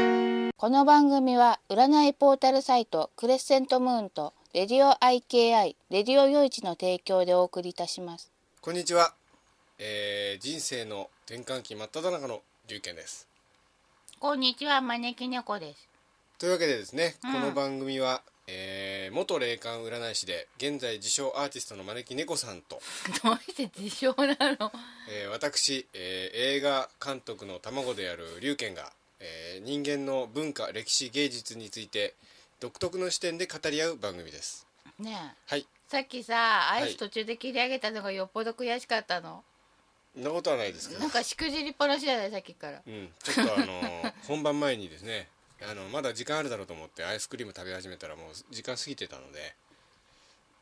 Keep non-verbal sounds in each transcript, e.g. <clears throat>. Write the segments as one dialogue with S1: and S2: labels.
S1: この番組は占いポータルサイトクレッセントムーンとレディオ IKI レディオ夜市の提供でお送りいたします
S2: こんにちは、えー、人生の転換期真っ只中の龍賢です
S1: こんにちは招き猫です <laughs>
S2: というわけでですね、
S1: うん
S2: この番組は、えー、元霊感占い師で現在自称アーティストの招き猫さんと、
S1: どうして自称なの
S2: えー、私、えー、映画監督の卵である龍賢が、えー、人間の文化歴史芸術について独特の視点で語り合う番組です
S1: ねえ
S2: はい
S1: さっきさアイ
S2: は
S1: ス
S2: い
S1: 途中で切り上げたのがよっぽど悔しかったの、
S2: そんなことはないですけど
S1: なんかしくじりっぱなしじゃないさっきから
S2: うん、ちょっとあの本番前にですねあのまだ時間あるだろうと思ってアイスクリーム食べ始めたらもう時間過ぎてたので、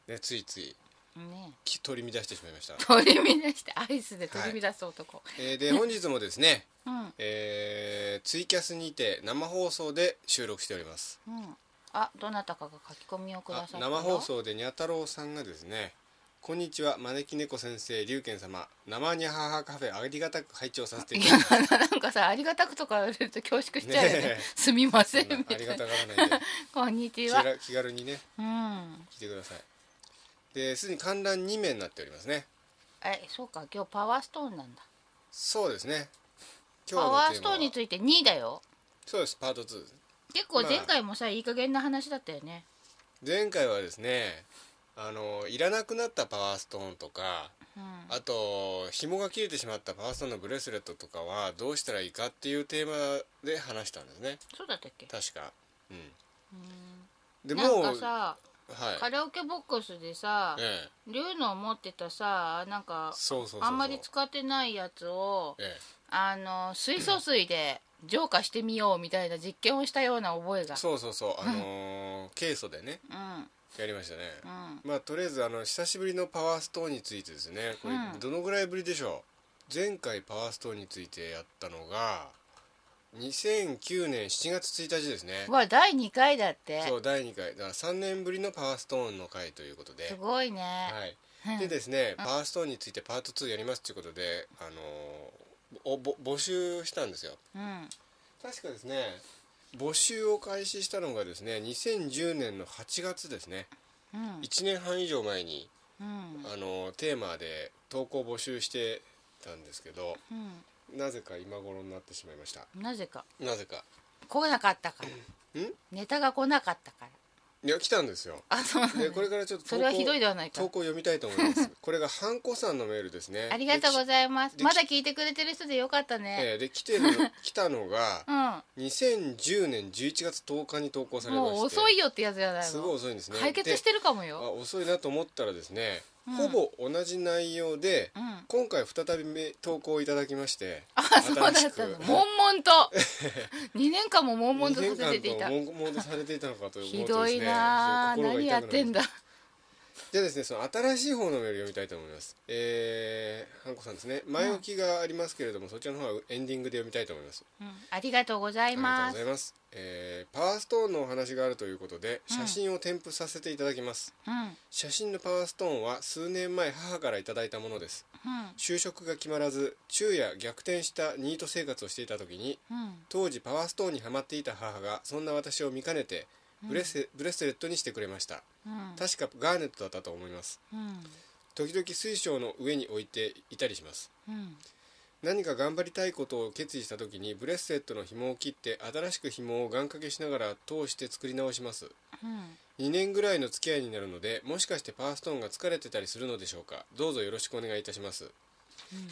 S2: ね、ついつい
S1: ねえ
S2: き取り乱してしまいました、
S1: 取り乱してアイスで取り乱す男、
S2: えー
S1: <laughs>
S2: で本日もですね、
S1: うん
S2: えーツイキャスにて生放送で収録しております
S1: うんあどなたかが書き込みをくだ
S2: あ
S1: さったよ
S2: 生放送でにゃ太郎さんがですね「こんにちは招き猫先生龍賢様生にゃははカフェありがたく拝聴させていただ
S1: <laughs>
S2: きます
S1: <laughs> なんかさありがたくとか言われると恐縮しちゃうよね
S2: ねえ
S1: すみま」せん
S2: そんな
S1: みた
S2: あ
S1: い
S2: り
S1: な
S2: がたがらな
S1: <laughs>
S2: いで
S1: こんにち
S2: 気
S1: は
S2: ら気軽にね
S1: うん
S2: 来てくださいですでに観覧2名になっておりますね
S1: えそうか今日パワーストーンなんだ
S2: そうですね
S1: パワーストーン
S2: は
S1: について2だよ
S2: そうですパート2です
S1: 結構
S2: まあ
S1: 前回もさ、いい加減な話だったよね
S2: 前回はですねあのいらなくなったパワーストーンとか
S1: うん
S2: あと紐が切れてしまったパワーストーンのブレスレットとかはどうしたらいいかっていうテーマで話したんですね
S1: そうだったっけ
S2: 確かうん
S1: うん
S2: で
S1: なん
S2: も
S1: か
S2: う
S1: さ
S2: は
S1: カ
S2: い
S1: ラオケボックスでさ
S2: ええ
S1: 龍の持ってたさなんか
S2: そうそうそうそう
S1: あんまり使ってないやつを
S2: え
S1: あの水素水で浄化してみようみたいな実験をしたような覚えが
S2: えそうそうそうあ
S1: <laughs>
S2: のーケイ素でね
S1: うん
S2: やりましたね
S1: うん
S2: まあとりあえずあの久しぶりのパワーストーンについてですねこれ
S1: うん
S2: どのぐらいぶりでしょう、前回パワーストーンについてやったのが2009年7月1日ですね
S1: わ第2回だって
S2: そう第2回だから3年ぶりのパワーストーンの回ということ
S1: す
S2: で、
S1: ごいね、
S2: はい、
S1: うん
S2: でですね、パワーストーンについてパート2やりますということで、あのーおぼ募集したんですよ
S1: うん
S2: 確かですね募集を開始したのがですね2010年の8月ですね
S1: うん
S2: 1年半以上前に
S1: うん
S2: あのテーマで投稿募集してたんですけど
S1: う
S2: なぜか今頃になってしまいました
S1: んなぜか
S2: なぜか
S1: 来なかったから
S2: ん
S1: ネタが来なかったから
S2: いや来たんで
S1: <laughs>
S2: すよ
S1: あそう
S2: でこれからちょっと
S1: それはひどいで
S2: は
S1: はないか
S2: 投稿読みたいと思い
S1: <laughs>
S2: ますこれがハンコさんのメールですね
S1: ありがとうご
S2: ま
S1: ざいます
S2: でき
S1: まだ聞いてくれてる人でよかった
S2: え
S1: ね、
S2: えで来てる来たのが2010年11月10日に投稿
S1: う
S2: さ
S1: ん
S2: れまして
S1: もう遅いよってやつじゃないの
S2: すごい遅いんですね
S1: 解決してるかも
S2: で
S1: よ
S2: あ遅いなと思ったらですね、
S1: うん
S2: ほぼ同じ内容で、
S1: うん
S2: 今回再びめ投稿いただきまして
S1: あ <laughs> そうだったの悶々と
S2: <laughs>
S1: 2年間も悶々とさせていた
S2: 2年間と悶々とされていたのかと思うとですね
S1: ひどいなあ
S2: ちょっと
S1: 何
S2: 心
S1: や
S2: が
S1: っ
S2: 痛くな
S1: て
S2: ります
S1: んだ
S2: じゃあですねその新しい方のメール読みたいと思いますえー、はんこさんですね前置きがありますけれども、そちらの方はエンディングで読みたいと思います
S1: うんありがとうござ
S2: あ
S1: い
S2: りがとう
S1: ま
S2: ご
S1: す
S2: ざいます、えー、パワーストーンのお話があるということで写真を添付させていただきます、
S1: うん
S2: 写真のパワーストーンは数年前母からいただいたものです就職が決まらず昼夜逆転したニート生活をしていた時に
S1: うんうん
S2: 当時パワーストーンにはまっていた母がそんな私を見かねてブレス,、ブレスレットにしてくれました
S1: うん
S2: 確かガーネットだったと思います
S1: うん
S2: 時々水晶の上に置いていたりします
S1: うん
S2: 何か頑張りたいことを決意した時にブレスレットの紐を切って新しく紐を願掛けしながら通して作り直します
S1: うん
S2: 2年ぐらいの付き合いになるのでもしかしてパワーストーンが疲れてたりするのでしょうかどうぞよろしくお願いいたします、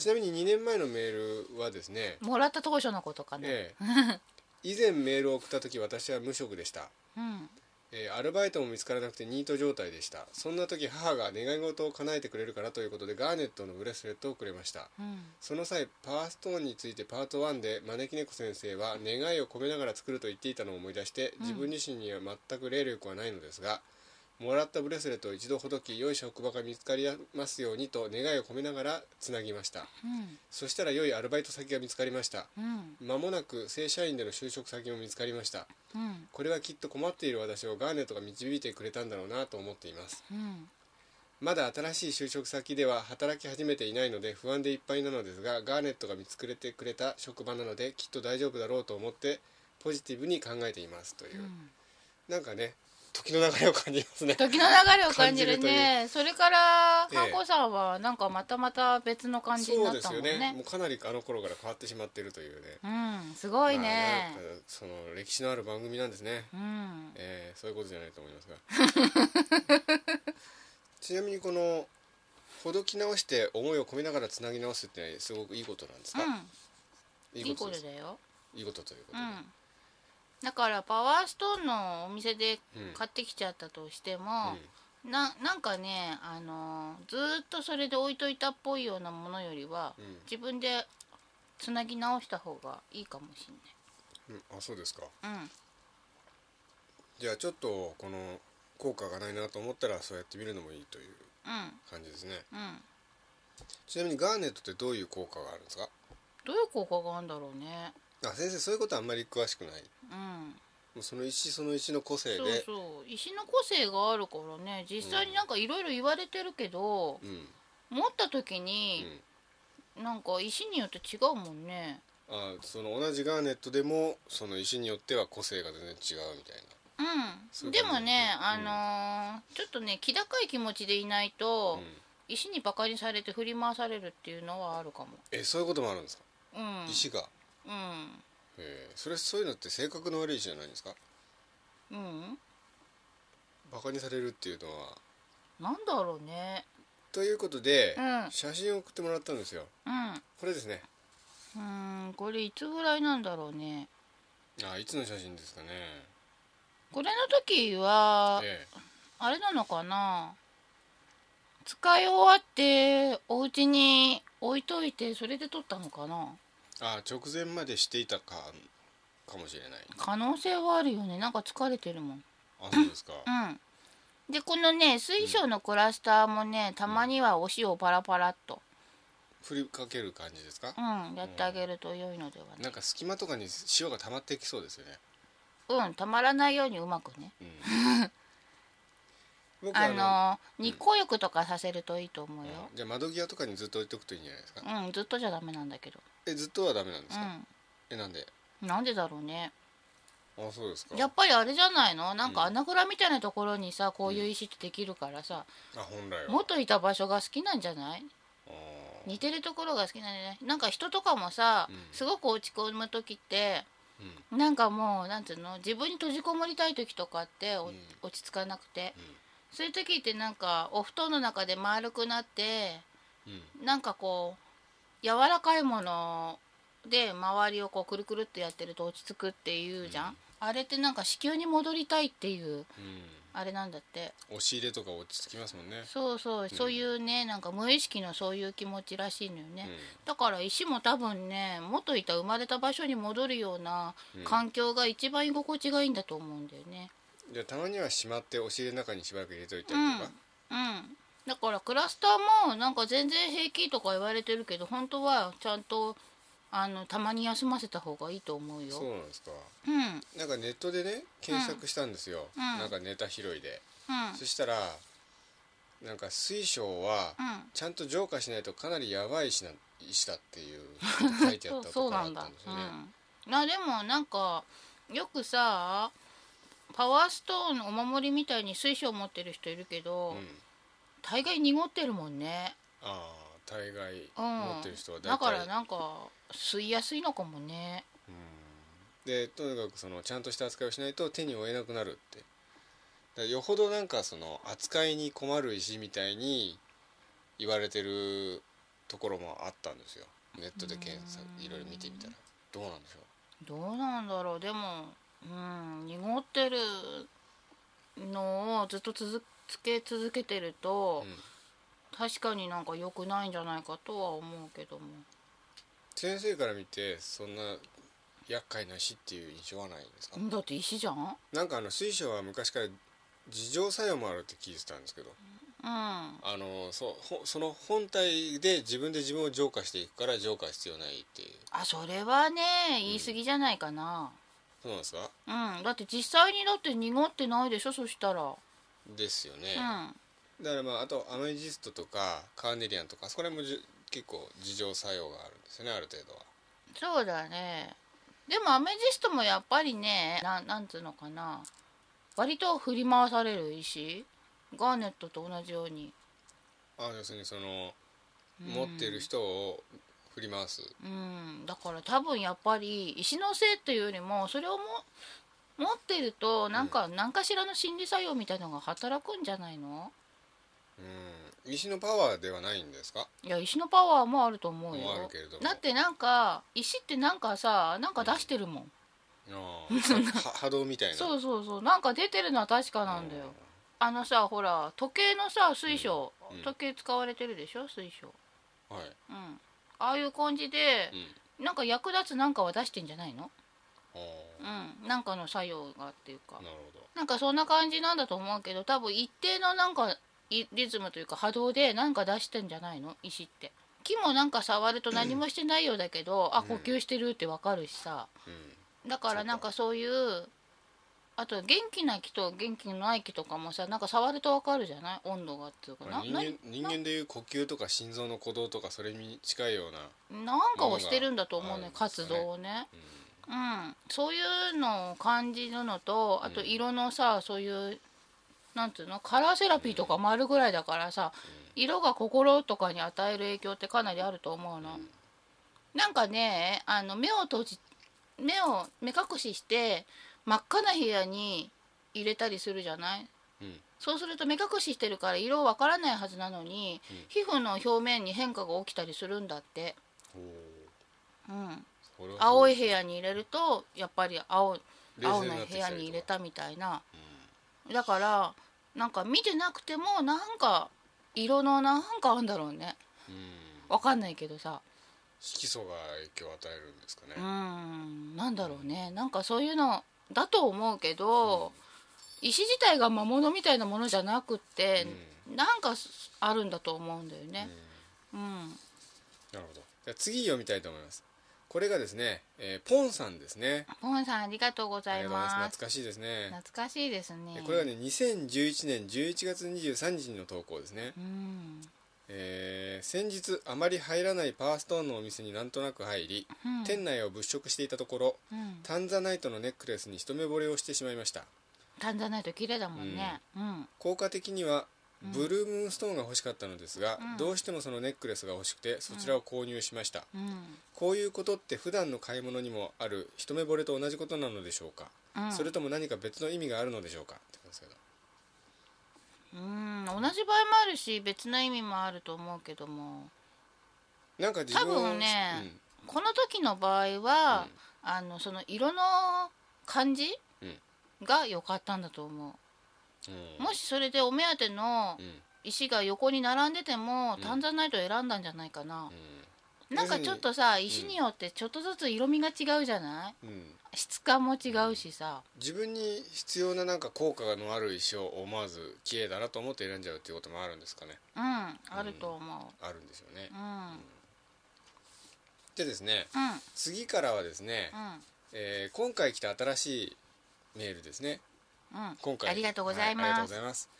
S2: ちなみに2年前のメールはですね、
S1: もらった当初のことかな、
S2: ええ以前メールを送った時私は無職でした
S1: うん
S2: えーアルバイトも見つからなくてニート状態でしたそんな時母が願い事を叶えてくれるからということでガーネットのブレスレットをくれました
S1: うん
S2: その際パワーストーンについてパート1で招き猫先生は願いを込めながら作ると言っていたのを思い出して自分自身には全く霊力はないのですが、もらったブレスレットを一度ほどき良い職場が見つかりますようにと願いを込めながらつなぎました
S1: うん
S2: そしたら良いアルバイト先が見つかりました
S1: うん
S2: 間もなく正社員での就職先も見つかりました
S1: うん
S2: これはきっと困っている私をガーネットが導いてくれたんだろうなと思っています
S1: うん
S2: まだ新しい就職先では働き始めていないので不安でいっぱいなのですがガーネットが見つけてくれた職場なのできっと大丈夫だろうと思ってポジティブに考えていますというう、
S1: ん
S2: なんかね時の流れを感じますね
S1: 時の流れを感じるねそれから
S2: ええ
S1: 観光さんはなんかまたまた別の感じに
S2: そう
S1: なっ
S2: で
S1: た
S2: す
S1: も
S2: よ
S1: んね
S2: ねもうかなりあの頃から変わってしまっているというね
S1: うんすごいね
S2: まあなんかその歴史のある番組なんですね、
S1: うん
S2: えーそういうことじゃないと思いますが <laughs> ちなみにこのほどき直して思いを込めながらつなぎ直すってのはすごくいいことなんですか、
S1: うんい
S2: い
S1: い
S2: いこ
S1: ことと
S2: です
S1: だよ
S2: いいことというこ
S1: う
S2: と
S1: んだからパワーストーンのお店で
S2: で、うん
S1: 買ってきちゃったとしても、
S2: うん
S1: ななんかねあのーずーっとそれで置いといたっぽいようなものよりは
S2: うん
S1: 自分でつなぎ直した方がいいかもし
S2: うんあそうですか
S1: んない、うん、
S2: じゃあちょっとこの効果がないなと思ったらそうやってみるのもいいという
S1: う
S2: 感じですね
S1: んうん
S2: ちなみにガーネットってどういう効果があるんですか
S1: どういう効果があるんだろうね
S2: あ先生そういうことあんまり詳しくない
S1: うん
S2: もうその石その石の個性で
S1: そうそう石の個性があるからね実際になんかいろいろ言われてるけど、
S2: うん、うん、
S1: 持った時に、なんか石によって違うもんね
S2: あその同じガーネットでもその石によっては個性が全然違うみたいな
S1: う
S2: そうんい
S1: で
S2: うこと
S1: も
S2: ね
S1: ね、
S2: うん
S1: あのーちょっとね気高い気持ちでいないと、石にバカにされて振り回されるっていうのはあるかも
S2: えそういうこともあるんですか、
S1: うん
S2: 石が
S1: う
S2: えーそれそういうのって性格の悪い石じゃないんですか
S1: んうん
S2: バカにされるっていうのは
S1: なんだろうね
S2: ということで、
S1: うん
S2: 写真を送ってもらったんですよ
S1: うん
S2: これですね
S1: うーんこれいつぐらいなんだろうね
S2: あいつの写真ですかね
S1: これの時は
S2: え
S1: あれなのかな使い終わってお家に置いといてそれで撮ったのかな
S2: えあ直前までしていたかかもしれない
S1: 可能性はあるよねなんか疲れてるもん
S2: あそうですか
S1: うんでこのね水晶のクラスターもねたまにはお塩をパラパラっと
S2: 振りかける感じですか
S1: うんやってあげると良いのではね
S2: なんか隙間とかに塩が溜まっていきそうですよね、
S1: うんたまらないようにうまくね
S2: うん
S1: <laughs>
S2: 僕は
S1: あ
S2: あの
S1: の日光浴とかさせるといいと思うよ。
S2: うんじゃあ窓際とかにずっと置いとくといいんじゃないですか、
S1: うん、ずっとじゃダメなんだけど。
S2: えずっとはダメなんですか、
S1: う
S2: えなんで
S1: ん。なんでだろうね。
S2: あそうですか
S1: やっぱりあれじゃないの？なん
S2: う
S1: か
S2: ん
S1: 穴蔵みたいなところにさ、こういう石ってできるからさ、
S2: あ本来は
S1: 元いた場所が好きなんじゃない？
S2: あー
S1: 似てるところが好きなんじゃない？なんか人とかもさ
S2: うん、
S1: すごく落ち込む時って。
S2: うん
S1: なんかもうなんていうの自分に閉じこもりたい時とかってお
S2: うん
S1: 落ち着かなくて、そういう時ってなんかお布団の中で丸くなって
S2: うんうん
S1: なんかこう柔らかいもので周りをこうくるくるってやってると落ち着くっていうじゃん、
S2: うん
S1: あれってなんか子宮に戻りたいっていう
S2: う
S1: あれなんだって
S2: ん押し入れとか落ち着きますもんね
S1: そうそうそういうねなんか無意識のそういう気持ちらしいのよね、
S2: う
S1: だから石も多分ね元いた生まれた場所に戻るような
S2: うん
S1: 環境が一番居心地がいいんだと思うんだよね
S2: んじゃあたまにはしまって押し入れの中にしばらく入れといたりとか、
S1: うんだからクラスターもなんか全然平気とか言われてるけど本当はちゃんとあのたまに休ませた方がいいと思うよ
S2: そうなんですか
S1: うんうん
S2: なんかネットでね検索したんですよ、
S1: うん
S2: なんかネタ拾いで、そしたらなんか水晶は
S1: う
S2: ちゃんと浄化しないとかなりやばい石な石だっていうこと書いてあっ
S1: ん
S2: た
S1: そ
S2: と
S1: う
S2: か
S1: な
S2: あっ
S1: んだ
S2: たんですよね、
S1: うんあでもなんかよくさパワーストーンのお守りみたいに水晶持ってる人いるけど、
S2: うん
S1: 大概濁ってるもんね
S2: ああ大概
S1: うん
S2: 持ってる人は大体、
S1: だからなんか吸いやすいのかもね
S2: うんでとにかくそのちゃんとした扱いをしないと手に負えなくなるってだからよほどなんかその扱いに困る石みたいに言われてるところもあったんですよネットで検索
S1: うん
S2: いろいろ見てみたらどうなんでしょ
S1: どうなんだろうでもうん濁ってるのをずっと続け続けてる
S2: う、
S1: と
S2: う、ん、
S1: 確かになんか良くないんじゃないかとは思うけども
S2: 先生から見てそんな厄介な石っていう印象はないんですか、
S1: んだって石じゃんうん
S2: なんかあの水晶は昔から自浄作用もあるって聞いてたんですけど
S1: あ
S2: あのそうほその本体で自分で自分を浄化していくから浄化必要ないっていう
S1: それはね言い過ぎじゃないかな
S2: そうなんですか
S1: うん、だって実際にだって濁ってないでしょそしたら
S2: ですよね、
S1: うん
S2: だからまああとアメジストとかカーネリアンとかそこら辺もじゅ結構自浄作用があるんですよねある程度は
S1: そうだねでもアメジストもやっぱりねななんつうのかな割と振り回される石ガーネットと同じように、
S2: あ要するにその
S1: うん
S2: 持ってる人を振り回す
S1: うん、だから多分やっぱり石のせいっていうよりもそれをも持ってるとなんか何かしらの心理作用みたいのが働くんじゃないの
S2: うん石のパワーではないんですか
S1: いや石のパワーもあると思うよ
S2: もあるけれども
S1: だってなんか石ってなんかさなんか出してるもん、
S2: あーは波動みたいな
S1: そうそうそうなんか出てるのは確かなんだよ、あのさほら時計のさ水晶、
S2: うんうん
S1: 時計使われてるでしょ水晶
S2: うんはい、
S1: うんああいう感じで
S2: う、ん
S1: なんか役立つなんかは出してんじゃないの
S2: あー
S1: うんなんかの作用がっていうか
S2: なるほ
S1: なんかそんな感じなんだと思うけど多分一定のなんかいリズムというか波動でなんか出してんじゃないの石って木もなんか触ると何もしてないようだけど、あ呼吸してるってわかるしさ
S2: ど、うん、
S1: だからなんかそういうあと元気な木と元気のない木とかもさなんか触るとわかるじゃない温度がっていうか
S2: ま
S1: な
S2: あ人
S1: な
S2: 間人間でいう呼吸とか心臓の鼓動とかそれに近いような、
S1: なんかをしてるんだと思う
S2: もの
S1: ね
S2: があるんです
S1: 活
S2: かね
S1: 動をね。
S2: うん
S1: うん、そういうのを感じるのとあと
S2: うん
S1: 色のさ、そういうなんていうのカラーセラピーとかもあるぐらいだからさ、色が心とかに与える影響ってかなりあると思うの、
S2: うん
S1: なんかねあの目を閉じ目を目隠しして真っ赤な部屋に入れたりするじゃない
S2: うん
S1: そうすると目隠ししてるから色わからないはずなのに、
S2: うん
S1: 皮膚の表面に変化が起きたりするんだって、
S2: ほう
S1: うん、
S2: それは
S1: 青い部屋に入れるとやっぱり青
S2: 冷静
S1: 青
S2: にな
S1: の
S2: ってき
S1: 部
S2: た
S1: 屋
S2: りとか
S1: に入れたみたいなだからなんか見てなくてもなんか色のなんかあるんだろうね
S2: うん、うん
S1: わかんないけどさ
S2: 色素が影響を与えるんですかね
S1: うー、んなんだろうねなんかそういうのだと思うけど、石自体が魔物みたいなものじゃなくって、なんかすあるんだと思うんだよね
S2: うん
S1: うん、
S2: なるほどじゃあ次読みたいと思いますこれがですね、えーポンさんですね
S1: ポンさんありがとうご
S2: あ
S1: ざ
S2: り
S1: い
S2: がとうござい
S1: ま
S2: ま
S1: す
S2: す懐かしいですね
S1: 懐かしいですね
S2: これはね2011年11月23日の投稿ですね、
S1: うん
S2: えー先日あまり入らないパワーストーンのお店になんとなく入り、
S1: うん
S2: 店内を物色していたところ
S1: うん、
S2: タンザナイトのネックレスに一目惚れをしてしまいました
S1: タンザナイト綺麗だもんねうん
S2: 効果的にはブルームーンストーンが欲しかったのですが、
S1: うん
S2: どうしてもそのネックレスが欲しくてそちらを購入しました、
S1: うん、
S2: こういうことって普段の買い物にもある一目惚れと同じことなのでしょうか、
S1: うん、
S2: それとも何か別の意味があるのでしょうかってことですけど
S1: うん同じ場合もあるし別な意味もあると思うけども
S2: なんか自分を
S1: 多分ねこの時の場合は、あのその色の感じ、が良かったんだと思
S2: うん
S1: うもしそれでお目当ての
S2: うんうん
S1: 石が横に並んでても、
S2: ん
S1: タンザナイトを選んだんじゃないかな、
S2: うん
S1: なんかちょっとさ石によってちょっとずつ色味が違うじゃない
S2: うん
S1: 質感も違うしさ、
S2: 自分に必要ななんか効果のある石を思わず綺麗だなと思って選んじゃうっていうこともあるんですかね
S1: うん、あると思
S2: あるんですよね
S1: う、うん、うん、
S2: でですね次からはですね、
S1: う
S2: えー今回来た新しいメールですね
S1: ん、うん、
S2: 今回
S1: ありがとうござい
S2: はありがと
S1: ま
S2: う
S1: す
S2: ございます、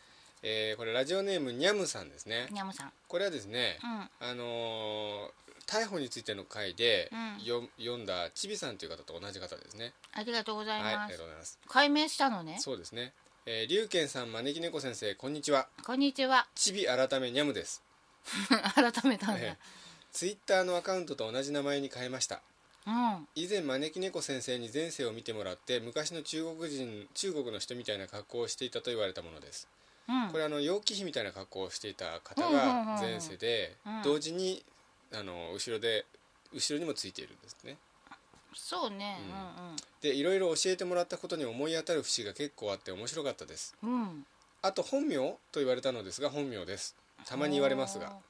S2: えーこれラジオネームにゃむさんですね
S1: にゃむさん、
S2: これはですね、
S1: うん、
S2: あのー逮捕についての回で、
S1: うん
S2: よ読んだちびさんという方と同じ方ですね
S1: ありがとうござい
S2: はいあ
S1: ま
S2: りが
S1: す
S2: とうございます
S1: 解明したのね
S2: そうですねえー、龍賢さん招き猫先生こんにちは
S1: こんにちは <laughs>
S2: ちび改めにゃむです
S1: 改めたんだ、
S2: ええツイッターのアカウントと同じ名前に変えました
S1: うん
S2: 以前招き猫先生に前世を見てもらって昔の中国人中国の人みたいな格好をしていたと言われたものです
S1: うん
S2: これあの楊貴妃みたいな格好をしていた方
S1: うんうんうんう
S2: が
S1: ん
S2: 前世で
S1: うん
S2: 同時にあの後ろで後ろにもついているんですね
S1: そうね
S2: でいろいろ教えてもらったことに思い当たる節が結構あって面白かったです
S1: うんうんうん
S2: あと本名と言われたのですが本名ですたまに言われますが
S1: おー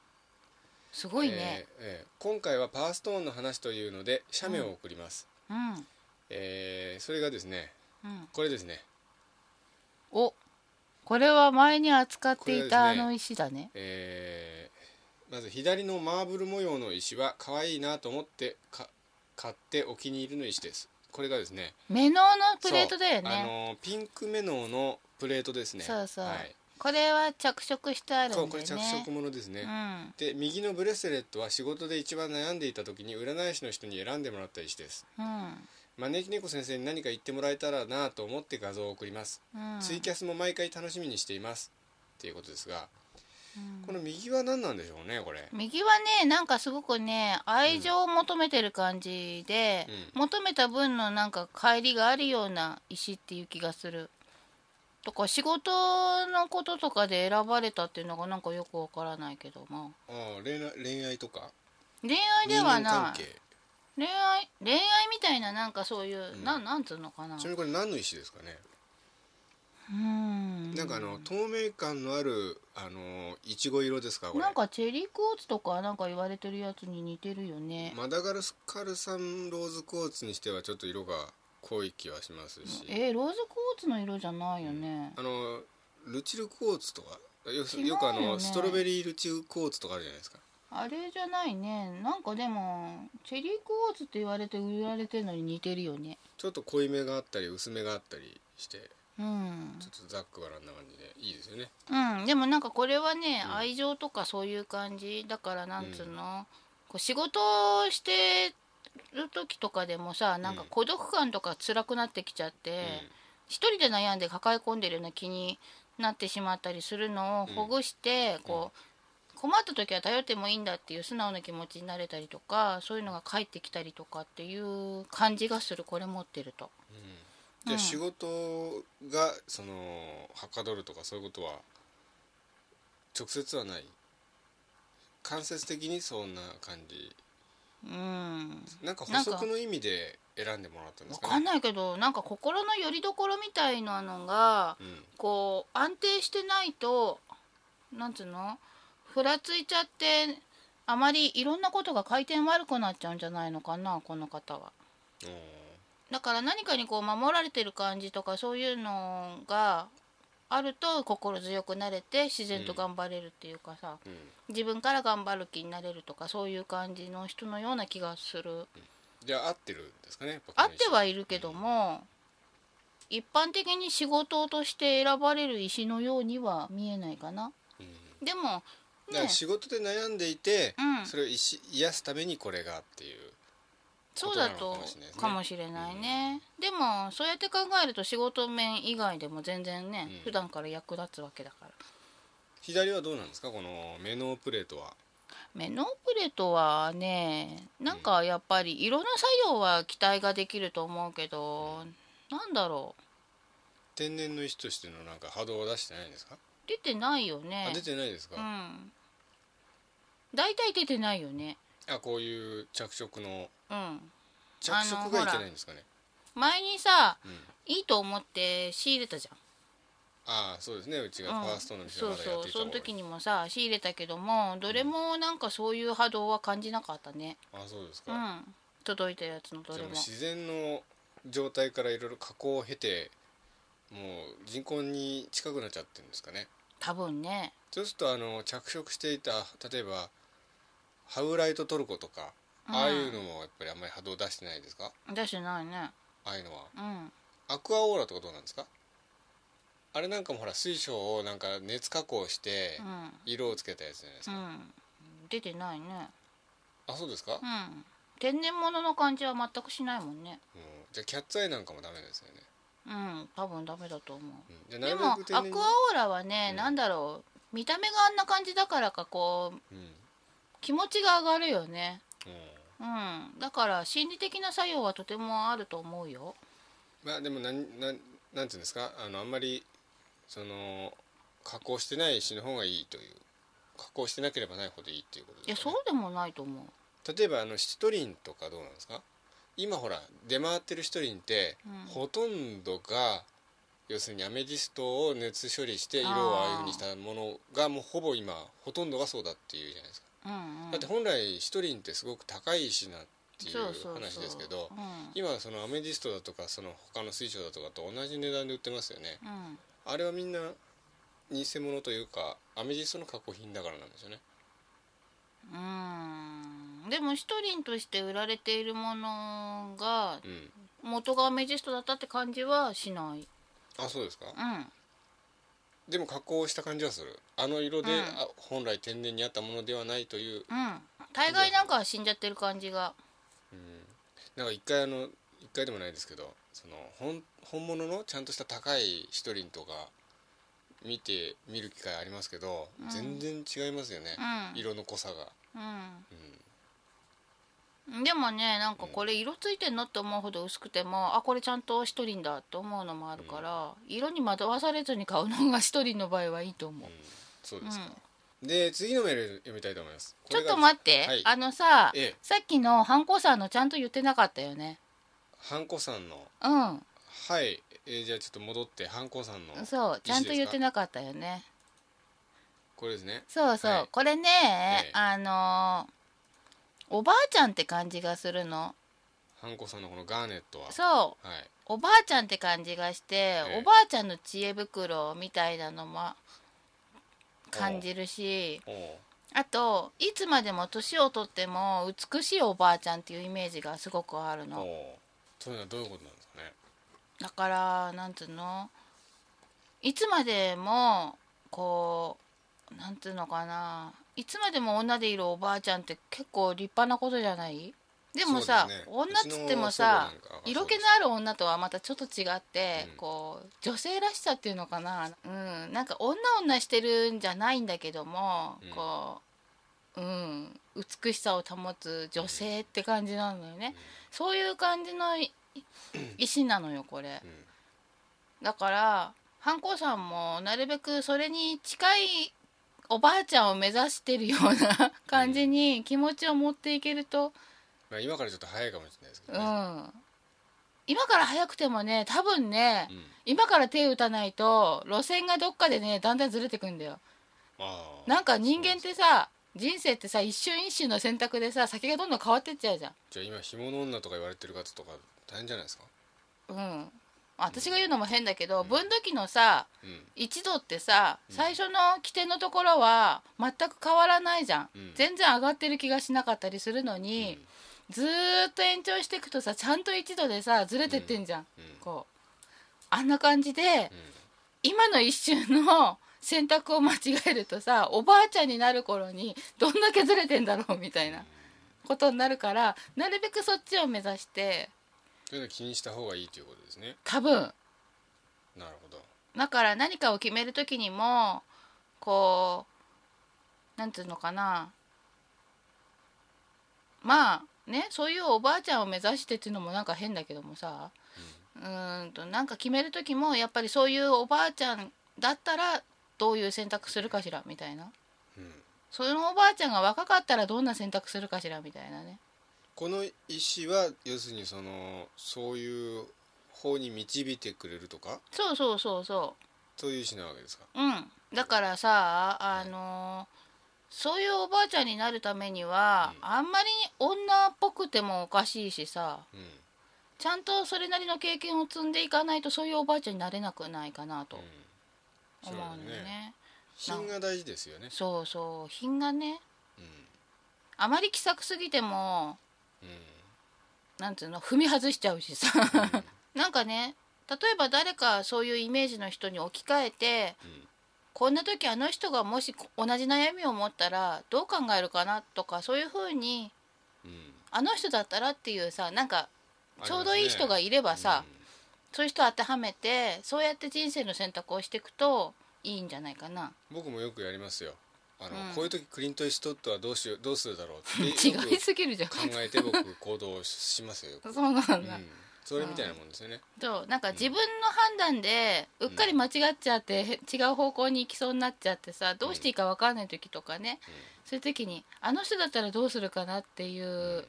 S1: すごいね、
S2: えーえー今回はパワーストーンの話というので写メを送ります、
S1: うん
S2: えーそれがですね
S1: うん
S2: これですね、
S1: おこれは前に扱っていた
S2: これは
S1: あ
S2: ですね
S1: の石だね
S2: えーまず左のマーブル模様の石は可愛いなと思ってか買ってお気に入りの石ですこれがですね
S1: メノウのプレートだよ
S2: そうあ
S1: ね
S2: のーピンクメノウのプレートですね
S1: そうそう
S2: はい、
S1: これは着色してあるんだ
S2: そ
S1: よ
S2: う
S1: ね
S2: これ着色ものですね、
S1: うん
S2: で右のブレスレットは仕事で一番悩んでいた時に占い師の人に選んでもらった石です
S1: うん
S2: 招き猫先生に何か言ってもらえたらなぁと思って画像を送ります、
S1: うん
S2: ツイキャスも毎回楽しみにしていますっていうことですが
S1: うん
S2: この右は何なんでしょうねこれ
S1: 右はねなんかすごくね愛情を求めてる感じで、
S2: う
S1: 求めた分のなんか帰りがあるような石っていう気がするとか仕事のこととかで選ばれたっていうのがなんかよくわからないけどまあ
S2: ああ恋愛恋愛とか
S1: 恋愛では
S2: 人間関
S1: ない
S2: 係
S1: 恋愛恋愛みたいななんかそういう、
S2: ん
S1: なん、なんつうのかな
S2: ちなみにこれ何の石ですかね、
S1: うん
S2: なんかあの透明感のあるあのいちご色ですかこれ
S1: なんかチェリークォーツとかなんか言われてるやつに似てるよね
S2: マダガルスカル産ローズクォーツにしてはちょっと色が濃い気はしますし
S1: えローズクォーツの色じゃないよね、
S2: あのルチルクォーツとかよ
S1: 違うよね
S2: よくあのストロベリールチルクォーツとかあるじゃないですか
S1: あれじゃないねなんかでもチェリークォーツって言われて売られてるのに似てるよね
S2: ちょっと濃いめがあったり薄めがあったりして
S1: うん
S2: ちょ、っとざっくばらんな感じでいいですよね
S1: うん、でもなんかこれはね、
S2: うん
S1: 愛情とかそういう感じだからなんつうの、こう仕事をしてる時とかでもさなんか孤独感とか辛くなってきちゃって、一人で悩んで抱え込んでるような気になってしまったりするのをほぐして、こう困った時は頼ってもいいんだっていう素直な気持ちになれたりとかそういうのが返ってきたりとかっていう感じがするこれ持ってると。
S2: うんじゃ
S1: うん
S2: あ仕事がそのはかどるとかそういうことは直接はない間接的にそんな感じ
S1: うん
S2: なんか補
S1: なんか
S2: 足の意味で選んでもらったんで
S1: わ
S2: すか
S1: かん
S2: ね
S1: ないけどなんか心の拠り所みたいなのが
S2: うん
S1: こう安定してないとなんつうのふらついちゃってあまりいろんなことが回転悪くなっちゃうんじゃないのかなこの方は。
S2: おー
S1: だから何かにこう守られてる感じとかそういうのがあると心強くなれて自然と頑張れるっていうかさ、
S2: うん
S1: 自分から頑張る気になれるとかそういう感じの人のような気がする
S2: じゃあ合ってるんですかねやっぱ
S1: あ
S2: こ
S1: っ
S2: の
S1: てはいるけども一般的に仕事として選ばれる石のようには見えないかな
S2: うん
S1: でも
S2: だから
S1: ね
S2: 仕事で悩んでいて、
S1: うん
S2: それを癒し癒すためにこれがっていう
S1: そうだとかもしれないね、でもそうやって考えると仕事面以外でも全然ね、
S2: うん
S1: 普段から役立つわけだから
S2: 左はどうなんですかこのメノープレートは
S1: メノンプレートはねなんかやっぱりいろんな作業は期待ができると思うけど、なんだろう
S2: 天然の石としてのなんか波動を出してないんですか、
S1: 出てないよね
S2: あ出てないです
S1: う
S2: か、
S1: ん大体出てないよね
S2: あこういう着色の
S1: うん
S2: 着色がいけないんですかね
S1: 前にさ
S2: うん
S1: いいと思って仕入れたじゃん
S2: ああそうですねうちが
S1: うん
S2: ファーストの店
S1: そ
S2: は
S1: う
S2: まだや
S1: そ
S2: って
S1: う
S2: い
S1: そ
S2: た方
S1: の
S2: がいい
S1: 時にもさ仕入れたけどもどれもなんかそういう波動は感じなかったね
S2: ああそうです
S1: う
S2: か、
S1: ん届いたやつのど
S2: じ
S1: れ
S2: ゃあ
S1: も
S2: もう自然の状態からいろいろ加工を経てもう人工に近くなっちゃってるんですかね
S1: 多分ね
S2: そうするとあの着色していた例えばハウライトトルコとか
S1: うん
S2: ああいうのもやっぱりあんまり波動出してないですか
S1: 出してないね
S2: ああいうのは
S1: うん
S2: アクアオーラとかどうなんですかあれなんかもほら水晶をなんか熱加工して
S1: うん
S2: 色をつけたやつじゃないです
S1: う
S2: か、
S1: ん出てないね
S2: あそうですか、うん
S1: うん天然物の感じは全くしないもんね
S2: じゃあキャッツアイなんかもダメですよね、
S1: うん多分ダメだと思う
S2: うん、じゃあな
S1: で
S2: る
S1: もア
S2: べく
S1: クアオ
S2: 丁寧に
S1: ーラはね、
S2: うん
S1: なんだろう見た目があんな感じだからかこう
S2: うん、
S1: 気持ちが上がるよね
S2: うん
S1: うんだから心理的な作用はとてもあると思うよ
S2: まあでもなんなんなんていうんですかあのあんまりその加工してない石の方がいいという加工してなければないほどいいっていうこと
S1: いや
S2: です
S1: そ
S2: かね
S1: うでもないと思う
S2: 例えばあのシトリンとかどうなんですか今ほら出回ってるシトリンって、
S1: うん
S2: ほとんどが要するにアメジストを熱処理して色をああいうふうにしたものがもうほぼ今ほとんどがそうだっていうじゃないですか、
S1: うんうん
S2: だって本来シトリンってすごく高い石なっていう
S1: そうそうそう
S2: 話ですけど
S1: うん
S2: 今はそのアメジストだとかその他の水晶だとかと同じ値段で売ってますよね
S1: うん
S2: あれはみんな偽物というかアメジストの加工品だからなんですよね
S1: うんでもシトリンとして売られているものが
S2: うん
S1: 元がアメジストだったって感じはしない
S2: あそうですか
S1: うん
S2: でも加工した感じはするあの色で、
S1: うん
S2: あ本来天然にあったものではないという、
S1: うん大概なんか死んじゃってる感じが
S2: うんなんか一回あの一回でもないですけどその本本物のちゃんとした高いシトリンとか見て見る機会ありますけど、
S1: うん
S2: 全然違いますよね、
S1: うん
S2: 色の濃さが、
S1: うんでもねなんかこれ色ついてんのって思うほど薄くてもあこれちゃんとシトリンだって思うのもあるから、色に惑わされずに買うのがシトリンの場合はいいと思
S2: う
S1: う、
S2: んそうですか、で次のメール読みたいと思います
S1: ちょっと待って、
S2: はい
S1: あのさ、
S2: ええ
S1: さっきのハンコさんのちゃんと言ってなかったよね
S2: ハンコさんの
S1: うん
S2: はい、えーじゃあちょっと戻ってハンコさんの
S1: そうちゃんと言って
S2: い
S1: なかったよね
S2: これですね
S1: そうそう、
S2: はい
S1: これね、
S2: え
S1: あのーおばあちゃんって感じがするの
S2: ハンコさんのこのガーネットは
S1: そう
S2: はい
S1: おばあちゃんって感じがして、
S2: え
S1: おばあちゃんの知恵袋みたいなのも感じるし
S2: おう
S1: あといつまでも年をとっても美しいおばあちゃんっていうイメージがすごくある
S2: お
S1: の
S2: うというのはどういうことなんですかね
S1: だからなんつうのいつまでもこうなんつうのかないつまでも女でいるおばあちゃんって結構立派なことじゃないでもさ、
S2: そうですね
S1: 女っつってもさ
S2: うちの祖母なんかは
S1: 色気のある女とはまたちょっと違って、
S2: うん
S1: こう女性らしさっていうのかな、うん、なんか女女してるんじゃないんだけども、
S2: うん
S1: こう、うん、美しさを保つ女性って感じなんだよね、そういう感じの
S2: <clears throat>
S1: い石なのよこれ
S2: そうですね
S1: だからハンコさんもなるべくそれに近いおばあちゃんを目指してるような感じに気持ちを持っていけると
S2: うんまあ、今からちょっと早いかもしれないですけ
S1: うん
S2: ど、ね
S1: 今から早くてもね多分ね、
S2: うん
S1: 今から手打たないと路線がどっかでねだんだんずれてくんだよ
S2: ああ
S1: なんか人間ってさ人生ってさ一瞬一瞬の選択でさ先がどんどん変わってっちゃうじゃん
S2: じゃあ今ひもの女とか言われてる方とか大変じゃないですか
S1: うん私が言うのも変だけど分度器のさ一度ってさ最初の起点のところは全く変わらないじゃん、
S2: うん
S1: 全然上がってる気がしなかったりするの
S2: うん
S1: に、ずーっと延長していくとさちゃんと一度でさずれてってんじゃん、
S2: うんうん
S1: こうあんな感じで、
S2: うん
S1: 今の一瞬の選択を間違えるとさおばあちゃんになる頃にどんだけずれてんだろうみたいなことになるからなるべくそっちを目指して
S2: というのは気にした方がいいということですね
S1: 多分
S2: なるほど
S1: だから何かを決める時にもこうなんていうのかなまあねそういうおばあちゃんを目指してっていうのもなんか変だけどもさうーんとなんか決める時もやっぱりそういうおばあちゃんだったらどういう選択するかしらみたいな
S2: うん、
S1: そのおばあちゃんが若かったらどんな選択するかしらみたいなね
S2: この石は要するにそのそういう方に導いてくれるとか
S1: そうそうそうそう
S2: そういう石なわけですか
S1: うん、だからさあのーそういうおばあちゃんになるためには、
S2: うん
S1: あんまり女っぽくてもおかしいしさ
S2: うん、
S1: ちゃんとそれなりの経験を積んでいかないとそういうおばあちゃんになれなくないかなと
S2: うん、そ
S1: 思
S2: う
S1: う
S2: だ
S1: の
S2: よ
S1: ね,、
S2: ね品が大事ですよね
S1: そうそう品がね
S2: う
S1: あまり気さくすぎても
S2: んうん
S1: なんつうの踏み外しちゃうしさ <laughs> なんかね例えば誰かそういうイメージの人に置き換えて
S2: うん
S1: こんな時あの人がもしこ同じ悩みを持ったらどう考えるかなとかそういう風に
S2: うん
S1: あの人だったらっていうさなんか
S2: うん
S1: ちょうどいい人が
S2: い
S1: いればさ、そういう人当てはめてそうやって人生の選択をしていくといいんじゃないかな
S2: 僕もよくやりますよあの、
S1: うん
S2: こういう時クリント・イーストウッドはどうしようどうするだろうっ
S1: <laughs>
S2: て
S1: 違
S2: <laughs> よく
S1: いすぎるじゃん
S2: 考えて僕行動しますよよく、
S1: <laughs> そうなんだ、
S2: うん、それみたいなもんですよね
S1: そうなんか自分の判断でうっかり間違っちゃって、違う方向に行きそうになっちゃってさどうしていいか分かんない時とかね、
S2: うん
S1: そういう時にあの人だったらどうするかなっていう、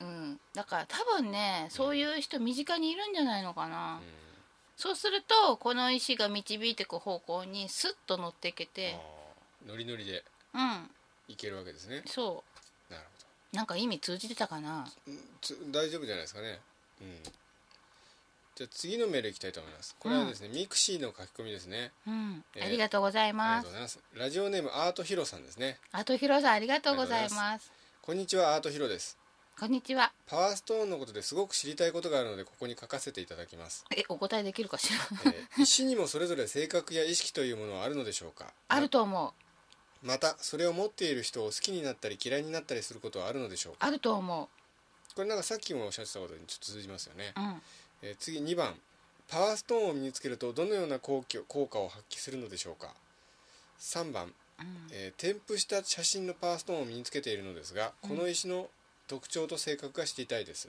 S1: うんだから多分ねそういう人身近にいるんじゃないのかな、
S2: うん
S1: そうするとこの石が導いてく方向にスッと乗っていけて
S2: あーノリノリで
S1: うん
S2: いけるわけですね
S1: そ
S2: なる
S1: うなんか意味通じてたかな
S2: ほどんつ大丈夫じゃないですかねうんじゃあ次のメールいきたいと思いますこれはですね、ミクシーの書き込みですね
S1: うん、
S2: えー
S1: ありがとうござい
S2: ありが
S1: ます
S2: とうございますラジオネームアートヒロさんですね
S1: あとひろさんありがとうございます
S2: こんにちはアートヒロです
S1: こんにちは
S2: パワーストーンのことですごく知りたいことがあるのでここに書かせていただきます、
S1: えお答えできるかしら
S2: えー石にもそれぞれ性格や意識というものはあるのでしょうか
S1: あると思う
S2: ままたそれを持っている人を好きになったり嫌いになったりすることはあるのでしょうか
S1: あると思う
S2: これなんかさっきもおっしゃってたことにちょっと通じますよね、
S1: うん
S2: えー次2番パワーストーンを身につけるとどのような効き効果を発揮するのでしょうか3番、
S1: うん
S2: えー添付した写真のパワーストーンを身につけているのですがこの石の特徴と性格が知りたいです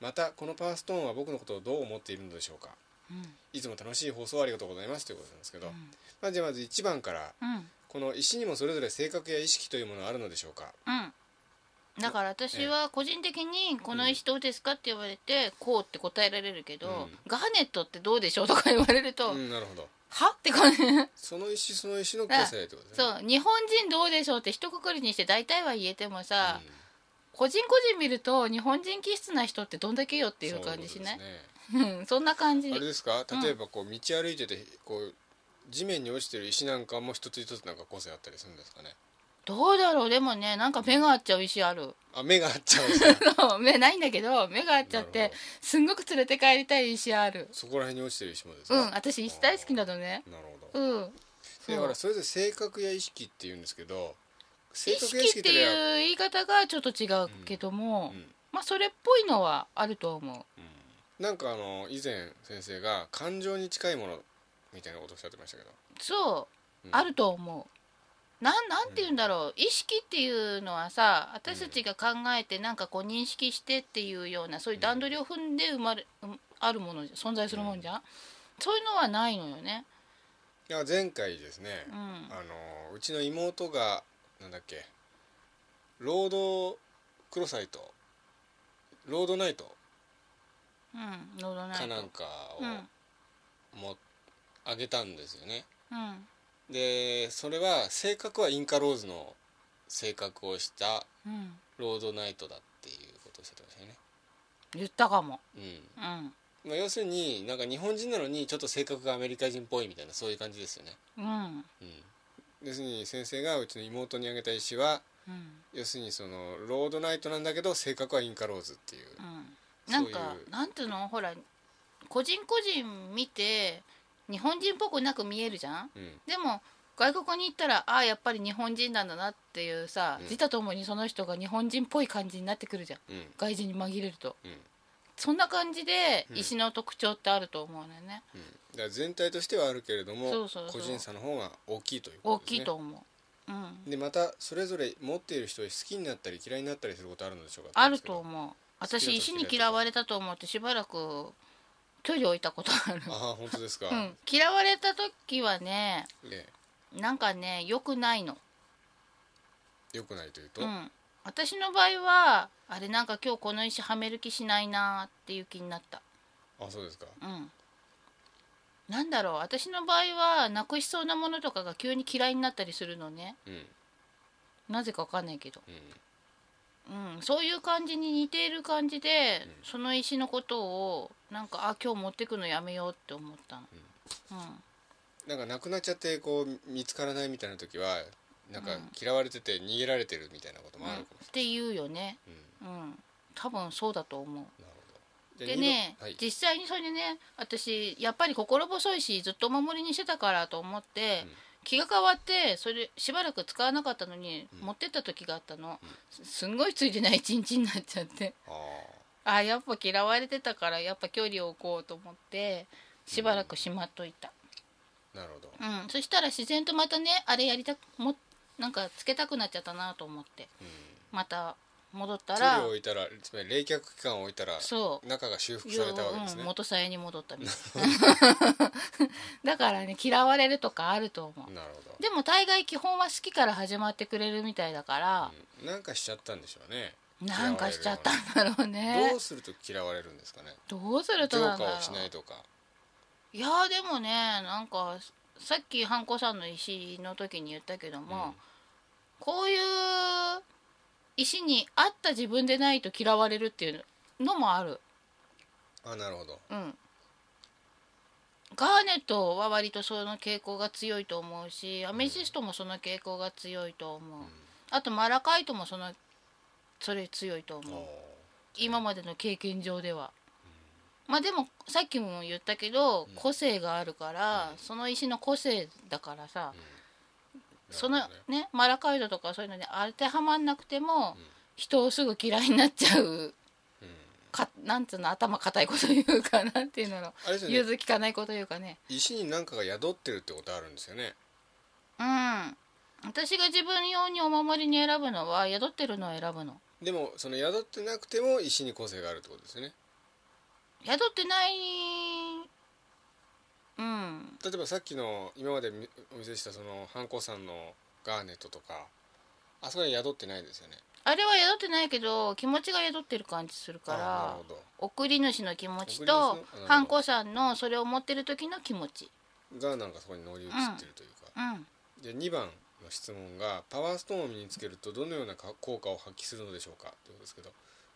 S2: またこのパワーストーンは僕のことをどう思っているのでしょうか
S1: うん
S2: いつも楽しい放送ありがとうございますということなんですけど、
S1: ん
S2: まあ、じゃあまず1番から
S1: うん
S2: この石にもそれぞれ性格や意識というものはあるのでしょうか
S1: うんだから私は個人的に「この石どうですか?」って言われて「こう」って答えられるけど
S2: うん
S1: 「ガーネットってどうでしょう?」とか言われると
S2: うんなるほど
S1: 「は?」って感じ
S2: その石その石の個性ってことですね
S1: そう日本人どうでしょうって一括りにして大体は言えてもさ
S2: ん
S1: 個人個人見ると日本人気質な人ってどんだけよっていう感じしない
S2: そういうこ
S1: うんそんな感じ
S2: とですねあれですか例えばこう道歩いててこう地面に落ちてる石なんかも一つ一つなんか個性あったりするんですかね
S1: どうだろうでもねなんか目が合っちゃう石ある
S2: あ目が合っちゃう
S1: <laughs>
S2: んですね
S1: 目ないんだけど目が合っちゃっ
S2: なる
S1: て
S2: ほど
S1: すんごく連れて帰りたい石ある
S2: そこら辺に落ちてる石もです
S1: う
S2: か
S1: ん私石大好きなのね
S2: なるほど
S1: うん
S2: でだ
S1: そ
S2: か
S1: う
S2: らそれぞれ性格や意識っていうんですけど性
S1: 意
S2: 格や
S1: 識って
S2: の
S1: い
S2: は
S1: う言い方がちょっと違うけども、
S2: うん
S1: まあそれっぽいのはあると思
S2: なんかあの以前先生が感情に近いものみたいなことをおっしゃってましたけど
S1: うそう、
S2: うん
S1: あると思うなんなんて言うんだろう、意識っていうのはさ私たちが考えてなんかこう認識してっていうようなそういう段取りを踏んで生まれ、うんあるもの存在するもんじゃん、そういうのはないのよね
S2: いや前回ですね、
S1: うん
S2: あのうちの妹がなんだっけロードクロサイトロードナイト
S1: うん喉ない
S2: かなんか
S1: うん
S2: をもあげたんですよね
S1: うん
S2: でそれは性格はインカローズの性格をした
S1: うん
S2: ロードナイトだっていうことをおっしゃってましたよね
S1: 言ったかも
S2: う
S1: うん
S2: ん、まあ、要するになんか日本人なのにちょっと性格がアメリカ人っぽいみたいなそういう感じですよね
S1: うん
S2: うん要するに先生がうちの妹にあげた石は
S1: うん
S2: 要するにそのロードナイトなんだけど性格はインカローズっていう、
S1: うん、なんか
S2: そういう
S1: なんていうのほら個人個人見て日本人っぽくなく見えるじゃん
S2: うん
S1: でも外国に行ったらああやっぱり日本人なんだなっていうさ、
S2: うん
S1: 自他ともにその人が日本人っぽい感じになってくるじゃん
S2: うん
S1: 外人に紛れると
S2: うん
S1: そんな感じで
S2: うん
S1: 石の特徴ってあると思うのよね
S2: うん、だから全体としてはあるけれども
S1: そうそうそう
S2: 個人差の方が大きいという
S1: 大
S2: ことです、
S1: き
S2: ね、
S1: いと思う、うん、
S2: でまたそれぞれ持っている人を好きになったり嫌いになったりすることあるのでしょうか
S1: あると思う
S2: 好
S1: 私
S2: きだと
S1: 石に
S2: 嫌
S1: 嫌
S2: いだと
S1: われたと思ってしばらく距離を置いたことある、
S2: ああ本当ですか、
S1: うん、嫌われた時はね
S2: え
S1: なんかね良くないの
S2: えよくないというと、
S1: うん、私の場合はあれなんか今日この石はめる気しないなーっていう気になった
S2: あそうですか
S1: うんなんだろう私の場合はなくしそうなものとかが急に嫌いになったりするのね
S2: うんうん
S1: なぜかわかんないけど、うん、そういう感じに似ている感じで、
S2: うん
S1: その石のことをなんかあ今日持ってくのやめようって思ったのう
S2: なんかなくなっちゃってこう見つからないみたいな時はなんか
S1: うん
S2: 嫌われてて逃げられてるみたいなこと
S1: ん、
S2: もあ
S1: うん
S2: る
S1: っ
S2: かもして
S1: 言うよね
S2: れない、うん
S1: うん多分そうだと思う
S2: なるほど。
S1: で
S2: 二番
S1: ね、
S2: はい。
S1: 実際にそれでね私やっぱり心細いしずっとお守りにしてたからと思って、
S2: うん
S1: 気が変わってそれしばらく使わなかったのに、
S2: うん
S1: 持ってった時があったの、すすんごいついてない一日になっちゃって
S2: あ
S1: あやっぱ嫌われてたからやっぱ距離を置こうと思ってしばらくしまっといた、
S2: あ、なるほど。
S1: うんそしたら自然とまたねあれやりたくもなんかつけたくなっちゃったなと思って
S2: うん。
S1: また戻った
S2: 距離
S1: ら
S2: を置いたら、つまり冷却期間を置いたら、
S1: そう
S2: 中が修復されたわけで
S1: う
S2: すね。
S1: ん、
S2: なる
S1: 元さえに戻ったみたい
S2: <laughs>
S1: なだからね嫌われるとかあると思
S2: ほ
S1: うでも大概基本は好きから始まってくれるみたいだから、
S2: ど。うんなんかしちゃったんでしょうね。
S1: なんかしちゃったんだろう
S2: ど
S1: ね
S2: うすると嫌われるんですかね。
S1: どうすると
S2: 浄
S1: なんだろ
S2: 化を
S1: う
S2: しないとか。
S1: いやーでもねなんかさっきハンコさんの石の時に言ったけども、こういう石に合った自分でないと嫌われるっていうのもある
S2: あ、なるほど。
S1: うん、ガーネットは割とその傾向が強いと思うしアメシストもその傾向が強いと思う、あとマラカイトもそのそれ強いと
S2: お
S1: 思う
S2: お
S1: 今までの経験上では、まあでもさっきも言ったけど個性があるから、その石の個性だからさ、
S2: ー。
S1: その
S2: なるほどね
S1: ねマラカイトとかそういうのに当てはまんなくても、人をすぐ嫌いになっちゃうかなんつうの頭固いこと言うかなんていうの
S2: あれです
S1: 融
S2: よね
S1: 通きかないこと言うかね
S2: 石に何かが宿ってるってことあるんですよね
S1: うん私が自分用にお守りに選ぶのは宿ってるのを選ぶの
S2: でもその宿ってなくても石に個性があるってことですよね
S1: 宿ってないうん
S2: 例えばさっきの今までみお見せしたそのハンコさんのガーネットとかあそこに宿ってないですよね
S1: あれは宿ってないけど気持ちが宿ってる感じするか
S2: あな
S1: ら
S2: るほど
S1: 送り主の気持ちと
S2: 送り主のなるほど
S1: ハンコさんのそれを持ってる時の気持ち
S2: がなんかそこに乗り移ってるというか、
S1: うん
S2: で2番の質問が「パワーストーンを身につけるとどのようなか効果を発揮するのでしょうか?」ということですけど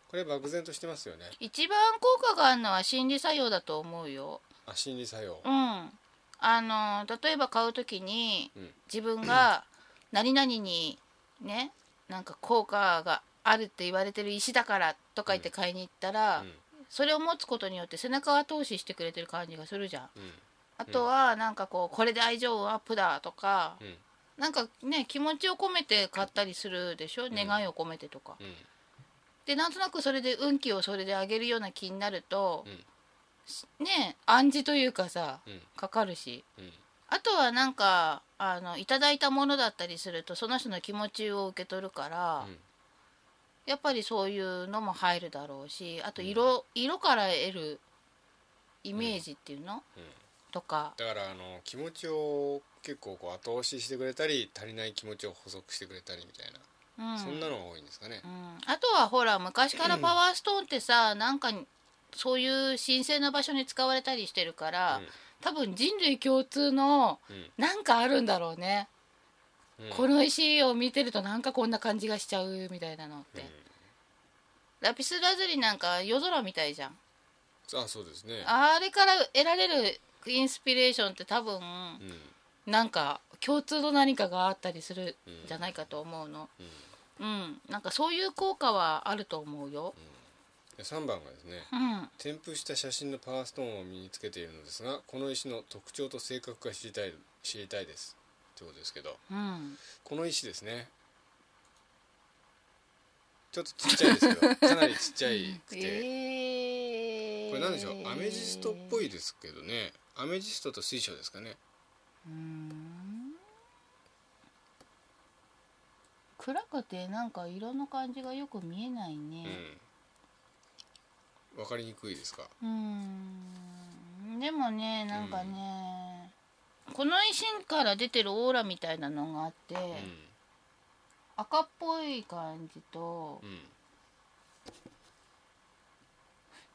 S2: これ漠然としてますよね
S1: 一番効果があるのは心理作用だと思うよ
S2: あ心理作用
S1: うんあの例えば買う時に
S2: うん
S1: 自分が何々にねなんか効果があるって言われてる石だからとか言って買いに行ったら、
S2: うん
S1: それを持つことによって背中を後押ししてくれてる感じがするじゃん
S2: うん
S1: あとはなんかこうこれで愛情アップだとか
S2: う、ん
S1: なんかね気持ちを込めて買ったりするでしょ、
S2: ん
S1: 願いを込めてとか
S2: うん
S1: でなんとなくそれで運気をそれで上げるような気になると
S2: う、ん
S1: ね暗示というかさ
S2: うん
S1: かかるし
S2: うん
S1: あとはなんかあのいただいたものだったりするとその人の気持ちを受け取るから、
S2: うん
S1: やっぱりそういうのも入るだろうしあと色,、色から得るイメージっていうの、
S2: うん
S1: とか
S2: だからあの気持ちを結構こう後押ししてくれたり足りない気持ちを補足してくれたりみたいな、
S1: うん
S2: そんなのが多いんですかね
S1: う、んあとはほら昔からパワーストーンってさ、なんかにそういう神聖な場所に使われたりしてるから、
S2: うん
S1: 多分人類共通の
S2: うん
S1: なんかあるんだろうね、
S2: うん
S1: この石を見てるとなんかこんな感じがしちゃうみたいなのって、ラピスラズリなんか夜空みたいじゃん
S2: うんあそうですね
S1: あれから得られるインスピレーションって多分
S2: うん
S1: なんか共通の何かがあったりするんじゃないかと思うの
S2: うん
S1: うんなんかそういう効果はあると思うよ
S2: で3番がですね
S1: うん
S2: 添付した写真のパワーストーンを身につけているのですがこの石の特徴と性格が知りたい知りたいですということですけど
S1: うん
S2: この石ですねちょっとちっちゃいです
S1: <laughs>
S2: けどかなりちっちゃいくて、
S1: えー
S2: これなんでしょうアメジストっぽいですけどねアメジストと水晶ですかね
S1: うーん暗くてなんか色の感じがよく見えないね
S2: うんわかりにくいですか
S1: うーんでもねなんかね、この石から出てるオーラみたいなのがあって、
S2: うん
S1: 赤っぽい感じと
S2: うん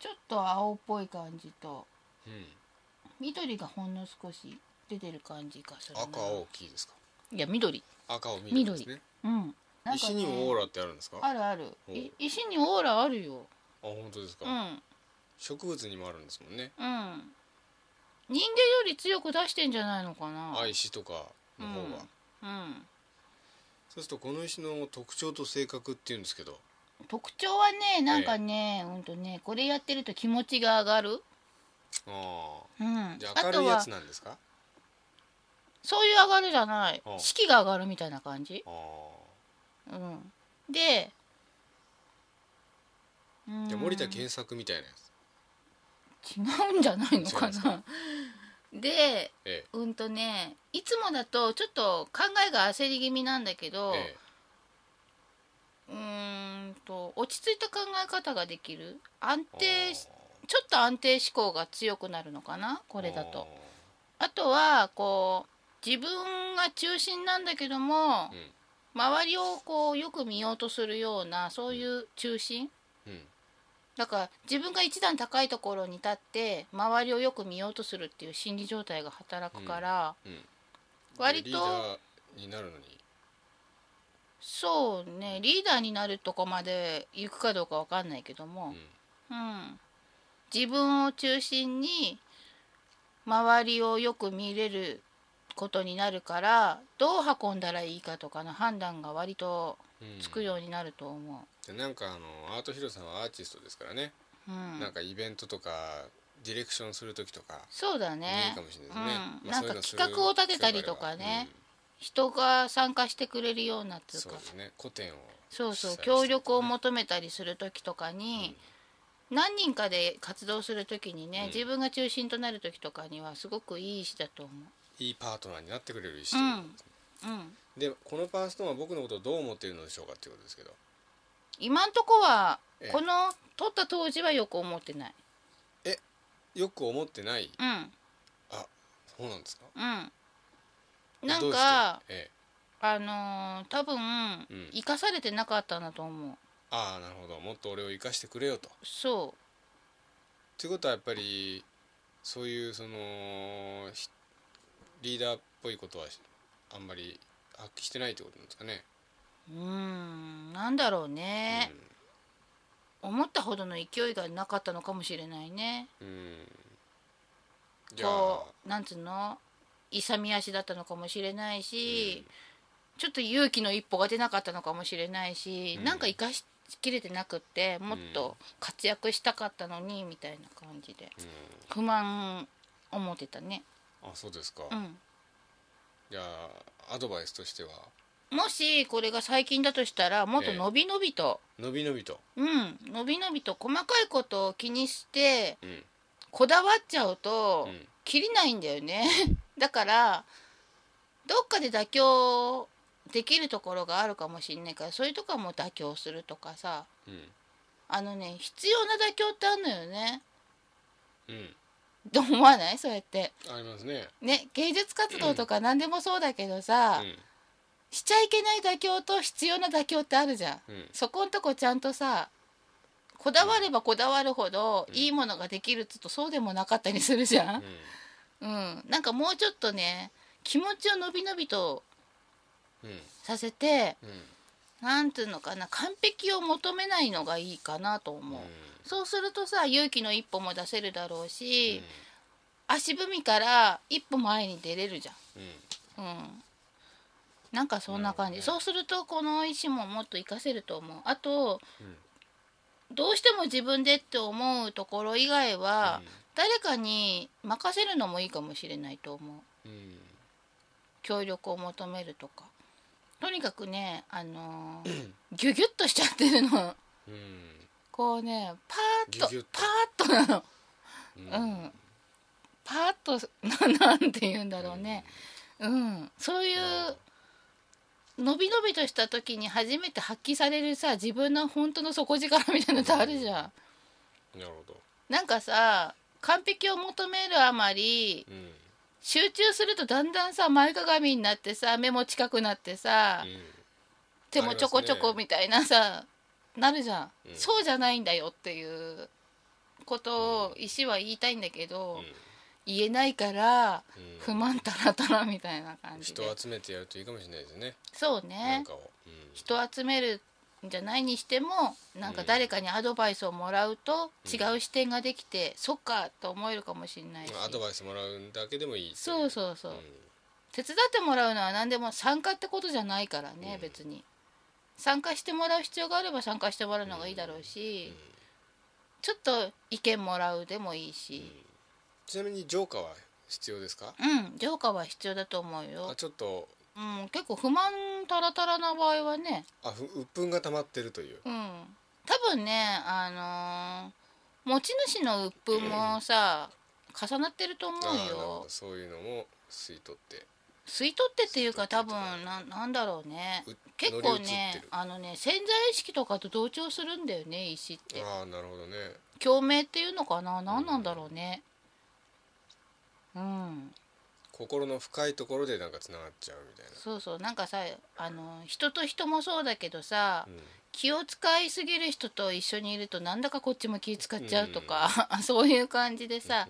S1: ちょっと青っぽい感じと
S2: うん
S1: 緑がほんの少し出てる感じがするな
S2: 赤青黄ですか
S1: いや緑
S2: 赤を緑ですね
S1: うんなんか
S2: 石
S1: ね
S2: にもオーラってあるんですかあ
S1: あるある
S2: ほう
S1: い石にオーラあるよ
S2: 本当ですか、
S1: うん
S2: 植物にもあるんですもんね
S1: うん人間より強く出してんじゃないのかな
S2: あ石とかの方が、
S1: うんうん
S2: そうするとこの石の特徴と性格っていうんですけど
S1: 特徴はねなんかね、うんとねこれやってると気持ちが上がる
S2: ああ
S1: うん
S2: じゃあ
S1: あ
S2: 明る
S1: と
S2: いや
S1: は
S2: つなんですか
S1: そういう上がるじゃない
S2: うん
S1: 士気が上がるみたいな感じ
S2: あ
S1: うんでうん
S2: あじゃあ森田健作みたいなやつ
S1: 違うんじゃないのか
S2: 違いますか
S1: なで
S2: え
S1: うんとねいつもだとちょっと考えが焦り気味なんだけ
S2: え
S1: ど、
S2: え
S1: うーんと落ち着いた考え方ができる安
S2: え
S1: 定しちょっと安定志向が強くなるのかなこ
S2: こ
S1: れだとあとはこう自分が中心なんだけども、
S2: うん
S1: 周りをこうよく見ようとするようなそういう中心
S2: うん
S1: だから自分が一段高いところに立って周りをよく見ようとするっていう心理状態が働くから、
S2: うん
S1: 割
S2: で
S1: と
S2: リーダーになるのに
S1: そうねリーダーになるとこまで行くかどうかわかんないけども、
S2: うん
S1: うん、自分を中心に周りをよく見れることになるからどう運んだらいいかとかの判断が割と
S2: うん
S1: つくようになると思
S2: でなんかあのアートヒロさんはアーティストですからね、
S1: う、うん、
S2: なんかイベントとかディレクションする時とか
S1: そうだ
S2: いい
S1: ね
S2: かもしれないですね、
S1: うん
S2: ま
S1: な
S2: あ
S1: んか
S2: そういうのする
S1: 企画を立てたりとかね人が参加してくれるようなって
S2: 機
S1: いう
S2: 会
S1: か
S2: があればうんそうですね古典を
S1: そうそう
S2: 主催したりとかね
S1: 協力を求めたりする時とかに、何人かで活動する時にね、
S2: うん
S1: 自分が中心となる時とかにはすごくいい石だと思
S2: いいパートナーになってくれる石ということですね
S1: う、うん、
S2: でこのパーストーンは僕のことをどう思っているのでしょうかということですけど
S1: 今んとこは
S2: ええ
S1: この取った当時はよく思ってない
S2: よく思ってない
S1: うん
S2: そうなんですか
S1: うんな
S2: ど
S1: ん
S2: うして
S1: か
S2: ええ、
S1: あのー多分、
S2: うん
S1: 生かされてなかったんだと思う
S2: ああなるほどもっと俺を生かしてくれよと。
S1: そ
S2: ということはやっぱりそういうそのひリーダーっぽいことはしあんまり発揮してないってことなんですかね。
S1: ううーんなんだろうね、思ったほどの勢いがなかったのかもしれないね
S2: うん、うん、じゃあ
S1: こ、うなんつうの勇み足だったのかもしれないし、ちょっと勇気の一歩が出なかったのかもしれないし、
S2: うん
S1: なんか生かしきれてなくってもっと活躍したかったのにみたいな感じで
S2: うん
S1: 不満思ってたね、
S2: あそうですか、
S1: うん、
S2: じゃあアドバイスとしては
S1: もしこれが最近だとしたらもっと
S2: ええ
S1: 伸び伸びと、
S2: のびのびと、
S1: うん伸び伸びと細かいことを気にして
S2: うん
S1: こだわっちゃうと、
S2: うん
S1: 切りないんだよね <laughs> だからどっかで妥協できるところがあるかもしれないからそういうとこはもう妥協するとかさ
S2: うん
S1: あのね必要な妥協ってあるのよね <laughs>
S2: うん、
S1: と思わないそうやって
S2: ありますね。
S1: ね芸術活動とか何でもそうだけどさ、
S2: う
S1: しちゃいけない妥協と必要な妥協ってあるじゃん
S2: んうん
S1: そこんとこちゃんとさこだわればこだわるほどいいものができるっつうとそうでもなかったりするじゃんうん、なんかもうちょっとね気持ちを伸び伸びと
S2: うんうん
S1: させて
S2: うん
S1: なんていうのかな完璧を求めないのがいいかなと思う、そうするとさ勇気の一歩も出せるだろうし、足踏みから一歩前に出れるじ
S2: うんうん
S1: ゃん、うん、なんかそんな感じ
S2: なるほ
S1: そ
S2: ど
S1: うするとこの石ももっと活かせると思うあと
S2: うん
S1: どうしても自分でって思うところ以外は、誰かに任せるのもいいかもしれないと思う
S2: うんうん
S1: 協力を求めるとかとにかくねあのーギュギュッとしちゃってるの
S2: う
S1: こうねパーッと
S2: ギュギュッ
S1: パ
S2: と
S1: ーッとなの
S2: ん
S1: うん、パーッとななんて言うんだろうねうん、そういう伸び伸びとした時に初めて発揮されるさ自分の本当の底力みたいなのってあるじゃん、
S2: うんなるほど
S1: なんかさ完璧を求めるあまり
S2: うん
S1: 集中するとだんだんさ前かがみになってさ目も近くなってさ、手もちょこちょこみたいなさ、なるじゃん、
S2: うん
S1: そうじゃないんだよっていうことを石は言いたいんだけど、言えないから
S2: うんうん
S1: 不満たらたらみたいな感じで
S2: 人を集めてやるといいかもしれないですね
S1: そう
S2: な
S1: ね
S2: んかをうん
S1: 人集めるんじゃないにしてもなんか誰かにアドバイスをもらうと
S2: うん
S1: 違う視点ができて、そっかと思えるかもしれないし、
S2: アドバイスもらうだけでもいいってい
S1: そうそうそう、
S2: うん
S1: 手伝ってもらうのは何でも参加ってことじゃないからね、
S2: うん
S1: 別に参加してもらう必要があれば参加してもらうのがいいだろうし、
S2: うん
S1: ちょっと意見もらうでもいいし
S2: ちなみにジョーカーは必要ですか
S1: うん、ジョーカーは必要だと思う
S2: あ
S1: よ、
S2: ちょっと
S1: うん、結構不満たらたらな場合はね
S2: あふ鬱憤が溜まってるという
S1: うん多分ねあのー持ち主の鬱憤もさ重なってると思
S2: あーな
S1: う
S2: るほ
S1: よ
S2: どそういうのも吸い取って
S1: 吸い取ってっていうか
S2: 吸
S1: 多
S2: い
S1: 分
S2: 取って
S1: ななんだろうね
S2: う
S1: 結構
S2: 乗り移って
S1: ね
S2: る
S1: あのね潜在意識とかと同調するんだよね石って
S2: ああなるほどね
S1: 共鳴っていうのかな何なんだろうねうん
S2: 心の深いところでなんかつながっちゃうみたい
S1: そうそうなんかさあの人と人もそうだけどさ、
S2: な
S1: 気を使いすぎる人と一緒にいるとなんだかこっちも気使っちゃうとか、 <laughs> そういう感じでさ、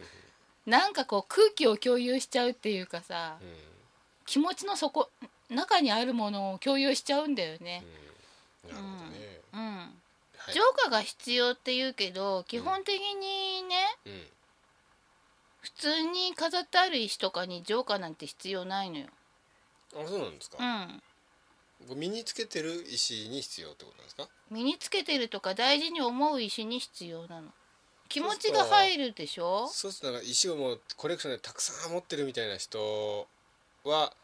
S1: なんかこう空気を共有しちゃうっていうかさ、
S2: うんうん
S1: 気持ちの底中にあるものを共有しちゃうんだよね。
S2: うんなるほどね
S1: うん、
S2: はい
S1: 浄化が必要って言うけど基本的にね、
S2: うん
S1: 普通に飾ってある石とかに浄化なんて必要ないのよ。
S2: あそうなんですか
S1: うん
S2: 身につけてる石に必要ってことなんですか
S1: 身につけてるとか大事に思う石に必要なの気持ちが入るでしょ
S2: そうするとなんか石をもうコレクションでたくさん持ってるみたいな人は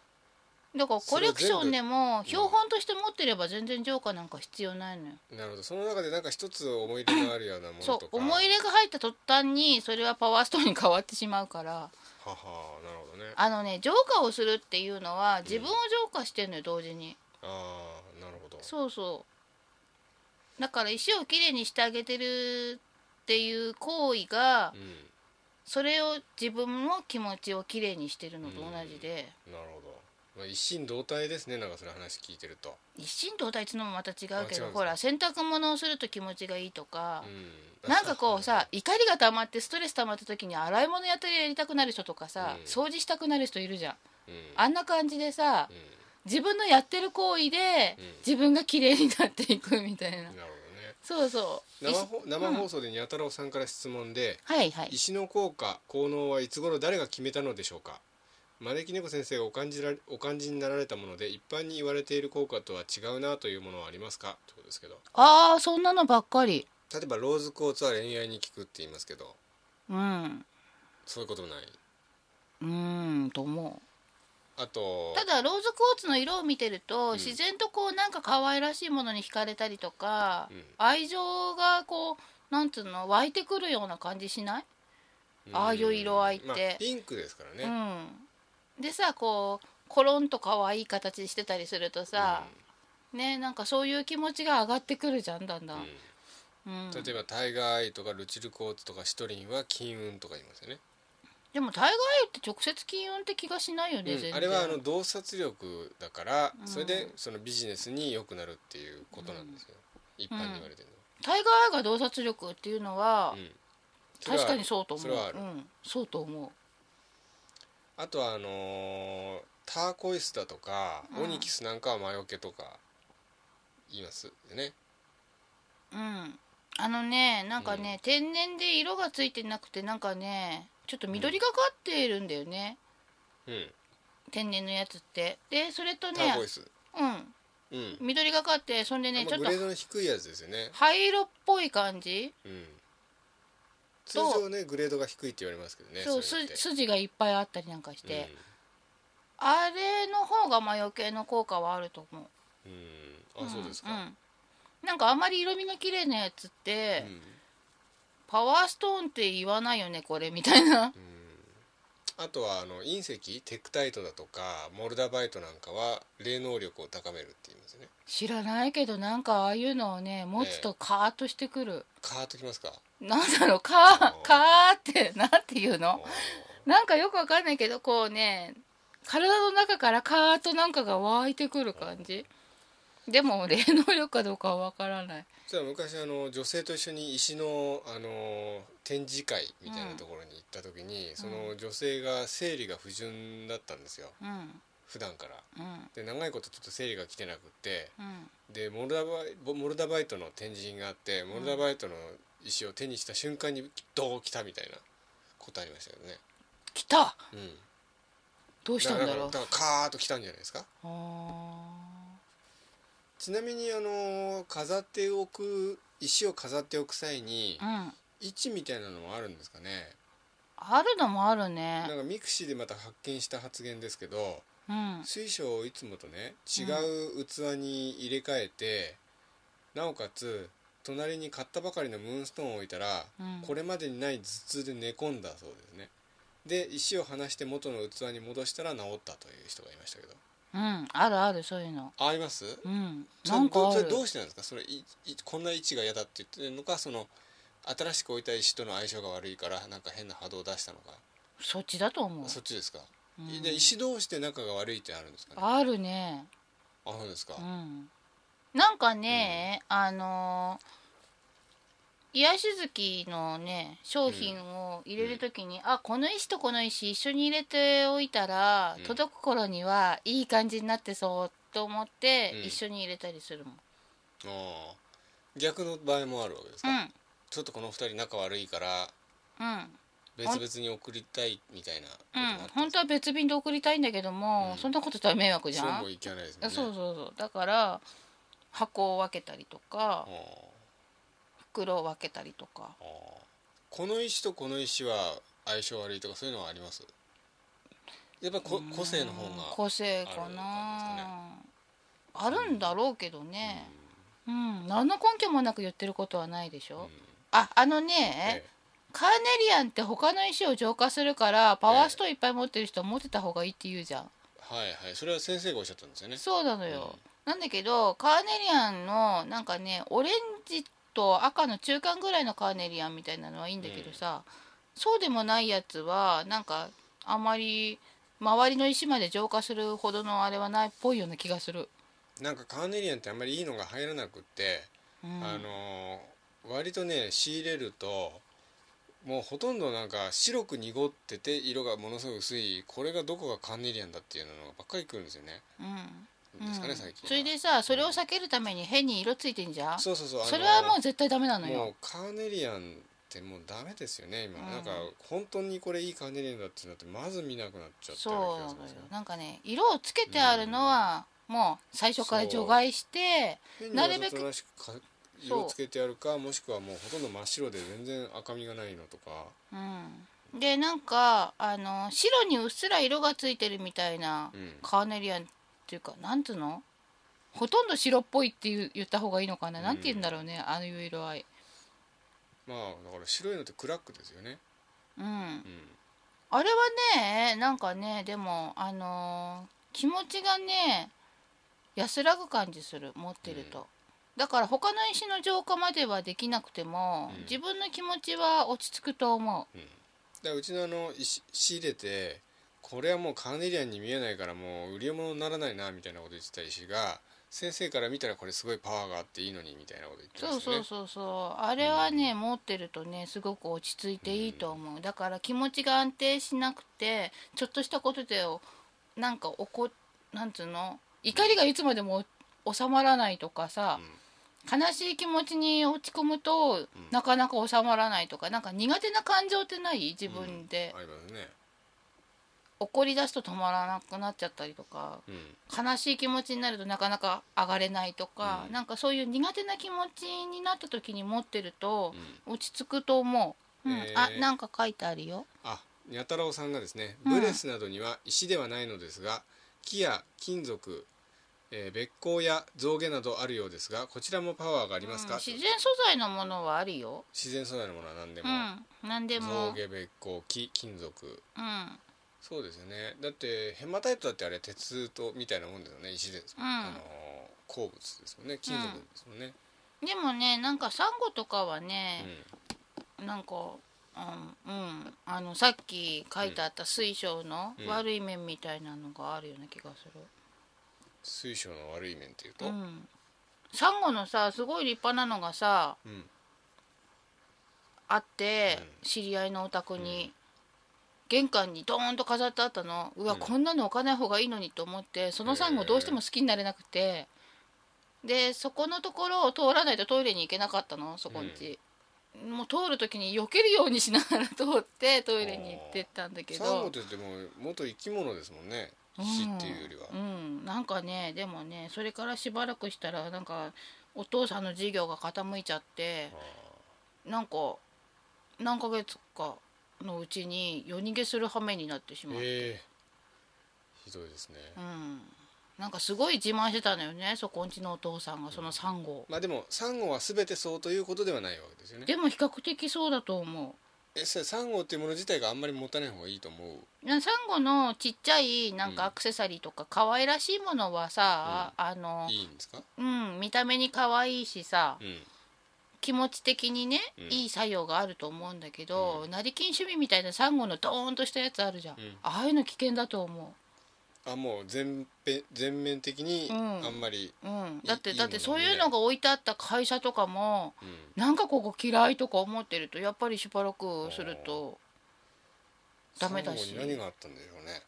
S1: だからコレクションでも
S2: それ全部
S1: 標本として持ってれば全然浄化なんか必要ないのよ
S2: なるほどその中でなんか一つ思い出があるようなものと
S1: そ
S2: か
S1: う思い入れが入った途端にそれはパワーストーンに変わってしまうから
S2: ははなるほどね
S1: あのね浄化をするっていうのは自分を浄化してるのよ同時に
S2: ああなるほど
S1: そうそうだから石をきれいにしてあげてるっていう行為が
S2: うん
S1: それを自分の気持ちをきれいにしてるのと同じで
S2: なるほど、まあ、一心同体ですねなんかそれ話聞いてると
S1: 一心同体っつうのもまた違う
S2: あ違うんで
S1: け
S2: す
S1: ど
S2: か
S1: ほら洗濯物をすると気持ちがいいとか
S2: うん
S1: なんかこうさ怒りが溜まってストレス溜まった時に洗い物やったりやりたくなる人とかさ
S2: うん
S1: 掃除したくなる人いるじゃん
S2: うん
S1: あんな感じでさ
S2: う
S1: 自分のやってる行為で
S2: うん
S1: 自分が綺麗になっていくみたいなん
S2: なるほどね
S1: そうそう
S2: 生
S1: い
S2: ほ生放送でにゃ太郎さんから質問で、
S1: はいはい
S2: 石の効果効能はいつ頃誰が決めたのでしょうか招き猫先生がお感じられお感じになられたもので一般に言われている効果とは違うなというものはありますかということですけど
S1: ああそんなのばっかり
S2: 例えばローズクォーツは恋愛に効くって言いますけど
S1: うん
S2: そういうことない
S1: うーんと思
S2: あと
S1: うただローズクォーツの色を見てると、
S2: ん
S1: 自然とこうなんか可愛らしいものに惹かれたりとか、
S2: うん
S1: 愛情がこうなんつうの湧いてくるような感じしない、
S2: うん
S1: ああいう色合いって
S2: まあピンクですからね、
S1: うんでさこうコロンと可愛い形してたりするとさ、ねなんかそういう気持ちが上がってくるじゃんだんだん、うん
S2: 例えばタイガーアイとかルチルコーツとかシトリンは金運とか言いますよね、
S1: でもタイガーエーって直接金運って気がしないよね、
S2: うん
S1: 全然
S2: あれはあの洞察力だから、
S1: うん
S2: それでそのビジネスに良くなるっていうことなんですよ、一般に言われてる
S1: タイガーアイが洞察力っていうの
S2: の
S1: は
S2: は、うんそれは
S1: 確かにそうと思う
S2: それはある
S1: うん、そうと思
S2: あとはあのーターコイスだとか、
S1: うん
S2: オニキスなんかは魔除けとか言いますよね
S1: ううんあのねなんかね、
S2: う
S1: 天然で色がついてなくてなんかねちょっと緑がかっているんだよね、
S2: うん
S1: 天然のやつってでそれと
S2: ター
S1: ね
S2: コイス、
S1: うん
S2: うん、
S1: 緑がかってそんでねち
S2: あ
S1: ょ
S2: ん
S1: っ
S2: ま
S1: と
S2: グレードの低いやつですよね、
S1: 灰色っぽい感じ
S2: うん、通
S1: と
S2: 常ねグレードが低いって言われますけどね
S1: そう
S2: それっ
S1: す
S2: て
S1: 筋がいっぱいあったりなんかし
S2: うん
S1: て、あれの方が魔除けの効果はあると思う
S2: うん、あ、そうですか。
S1: んうんなんかあまり色味の綺麗なやつって、
S2: うん
S1: パワーストーンって言わないよねこれみたいな
S2: あとはあの隕石テクタイトだとかモルダバイトなんかは霊能力を高めるって言いますよね。
S1: 知らないけどなんかああいうのをね持つとカーッとしてくる、
S2: カーッときますか。
S1: なんだろうカー
S2: おー
S1: カーってなんていう
S2: あ
S1: のなんかよくわかんないけどこうね体の中からカーッとなんかが湧いてくる感じでも霊能力かどうかはわからない
S2: 実は昔あの女性と一緒に石のあの展示会みたいなところに行った時に、その女性が生理が不順だったんですよ
S1: うん
S2: 普段から。
S1: うん
S2: で長いことちょっと生理が来てなくって
S1: うん
S2: でモルダバイボモルダバイトの展示品があってモルダバイトの石を手にした瞬間にどう来たみたいなことありましたよね。
S1: 来た
S2: うん
S1: どうしたんだろう
S2: だからカーッと来たんじゃないですか
S1: あ
S2: ちなみにあの飾っておく石を飾っておく際に
S1: ーうん
S2: 位置みたいなのはあるんですかね
S1: あるのもあるね
S2: なんかミクシーでまた発見した発言ですけど
S1: うん
S2: 水晶をいつもとね違う器に入れ替えて、なおかつ隣に買ったばかりのムーンストーンを置いたら、
S1: うん
S2: これまでにない頭痛で寝込んだそうですねで石を離して元の器に戻したら治ったという人がいましたけど
S1: うんあるあるそういうの
S2: あります
S1: うん
S2: それ
S1: なんかあ
S2: ど
S1: る
S2: それどうしてなんですかそれいいこんな位置が嫌だって言ってるのかその新しく置いた石との相性が悪いからなんか変な波動を出したのか、
S1: そっちだと思う
S2: そっちですか、
S1: うん
S2: で石同士で仲が悪いってあるんですかねあ
S1: あるね
S2: そうですか、
S1: うんなんかね、あのー癒し月のね商品を入れる時に、あこの石とこの石一緒に入れておいたら、
S2: うん
S1: 届く頃にはいい感じになってそうと思って、
S2: うん
S1: 一緒に入れたりするもん
S2: あー逆の場合もあるわけです
S1: う
S2: か、
S1: ん
S2: ちょっとこの二人仲悪いから
S1: うん
S2: 別々に送りたいみたいなこ
S1: う
S2: と
S1: ん
S2: もあった
S1: 本当は別便で送りたいんだけども、
S2: うん
S1: そんなことしたら迷惑じ
S2: そう
S1: ゃん
S2: もいかないですもん
S1: あ
S2: ね
S1: そうそうそうだから箱を分けたりとか
S2: あー
S1: 袋を分けたりとか
S2: あーこの石とこの石は相性悪いとかそういうのはありますやっぱりこ個性の方が
S1: 個性かなあるんだろうけどね、うん、何の根拠もなく言ってることはないでしょ、ああのね、
S2: え
S1: カーネリアンって他の石を浄化するからパワーストーンいっぱい持ってる人は持ってた方がいいって言うじゃん、
S2: えはいはいそれは先生がおっしゃったんですよね
S1: そうなのよ、なんだけどカーネリアンのなんかねオレンジと赤の中間ぐらいのカーネリアンみたいなのはいいんだけどさ、そうでもないやつはなんかあまり周りの石まで浄化するほどのあれはないっぽいような気がする、
S2: なんかカーネリアンってあんまりいいのが入らなくって、
S1: うん、
S2: あのー割とね仕入れるともうほとんどなんか白く濁ってて色がものすごく薄いこれがどこがカーネリアンだっていうのがばっかりくるんですよね。
S1: うん
S2: ですかね
S1: うん
S2: 最近は。
S1: それでさそれを避けるために変に色ついてんじゃん
S2: そうそうそう。あのー
S1: それはもう絶対ダメなの
S2: も
S1: よ
S2: うカーネリアンってもうダメですよね今、
S1: うん
S2: なんか本当にこれいいカーネリアンだってなってまず見なくなっちゃった
S1: そう
S2: よう
S1: な
S2: な気が
S1: の
S2: す
S1: よ
S2: るんですよね
S1: なんかね色をつけてあるのはもう最初から除外して
S2: 変
S1: な
S2: に
S1: るべ
S2: わざ
S1: く
S2: とらしくか色をつけてあるかもしくはもうほとんど真っ白で全然赤みがないのとか
S1: うんでなんかあの白にうっすら色がついてるみたいな
S2: うん
S1: カーネリアンっていうかなんつうのほとんど白っぽいっていう言った方がいいのかな、
S2: うん
S1: なんて言うんだろうねあのいう色合い
S2: まあだから白いのってクラックですよね
S1: うん
S2: うん
S1: あれはねなんかねでもあのー気持ちがね安らぐ感じする持ってると、だから他の石の浄化まではできなくても、
S2: うん
S1: 自分の気持ちは落ち着くと思う
S2: だからうちのあの石仕入れてこれはもうカーネリアンに見えないからもう売り物にならないなみたいなこと言ってた石が先生から見たらこれすごいパワーがあっていいのにみたいなこと言ってま
S1: そう
S2: したね
S1: そうそうそうあれはね、持ってるとねすごく落ち着いていいと思う、だから気持ちが安定しなくてちょっとしたことでなんか怒っなんつうの怒りがいつまでも収まらないとかさ、悲しい気持ちに落ち込むと、なかなか収まらないとかなんか苦手な感情ってない自分で、
S2: うんありますね
S1: 怒り出すと止まらなくなっちゃったりとか
S2: うん
S1: 悲しい気持ちになるとなかなか上がれないとか、
S2: うん
S1: なんかそういう苦手な気持ちになった時に持ってると落ち着くと思う、うん
S2: へー
S1: あなんか書いてあるよ
S2: あ、にゃ太郎さんがですね、
S1: うん
S2: ブレスなどには石ではないのですが、木や金属、えー、別光や象牙などあるようですが、こちらもパワーがありますか？
S1: うん自然素材のものはあるよ
S2: 自然素材のものは何で
S1: う
S2: も、
S1: ん何でも
S2: 象牙、別光、木、金属。
S1: うん
S2: そうですよね。だってヘマタイトだってあれ鉄とみたいなもんですよね。石です。
S1: うん
S2: あのー鉱物ですもんね。金属ですもんね。
S1: でもねなんかサンゴとかはね
S2: うん、
S1: なんか、うんうん、あのさっき書いてあった水晶の
S2: うん
S1: 悪い面みたいなのがあるような気がする、
S2: 水晶の悪い面っていうと、
S1: う
S2: うんん、
S1: サンゴのさすごい立派なのがさあって、
S2: う
S1: 知り合いのお宅に、玄関にドーンと飾ってあったのうわ、
S2: うん
S1: こんなの置かない方がいいのにと思ってそのサンゴどうしても好きになれなくてでそこのところを通らないとトイレに行けなかったのそこんち、もう通る時に避けるようにしながら通ってトイレに行ってったんだけど
S2: サンゴってでも元生き物ですもんね。石っていうよりは。
S1: うん、うんなんかねでもねそれからしばらくしたらなんかお父さんの事業が傾いちゃって
S2: あ
S1: なんか何ヶ月かのうちに夜逃げする羽目になってし
S2: ー
S1: まう、
S2: えー、ひどいですね。
S1: うんなんかすごい自慢してたのよねそこんちのお父さんがその3号、
S2: まあでもサンゴは全てそうということではないわけですよね。
S1: でも比較的そうだと思
S2: えそれサンゴっていうもの自体があんまり持たない方がいいと思う。
S1: うなサンゴのちっちゃいなん
S2: う
S1: か
S2: ん
S1: アクセサリーとか可愛らしいものはさ、あの
S2: いいんですか？
S1: うん見た目に可愛いしさ、
S2: うん。
S1: 気持ち的にね、
S2: うん
S1: いい作用があると思うんだけど、
S2: う
S1: 成金趣味みたいなサンゴのドーンとしたやつあるじゃん、
S2: うん
S1: ああいうの危険だと思
S2: あもう全べ全面的に
S1: うん
S2: あんまり、
S1: う、うん、だって
S2: いいいいも
S1: だっ
S2: のね
S1: てそういうのが置いてあった会社とかも
S2: うん
S1: なんかここ嫌いとか思ってるとやっぱりしばらくするとダメだし
S2: サンゴに何があったんでしょうね。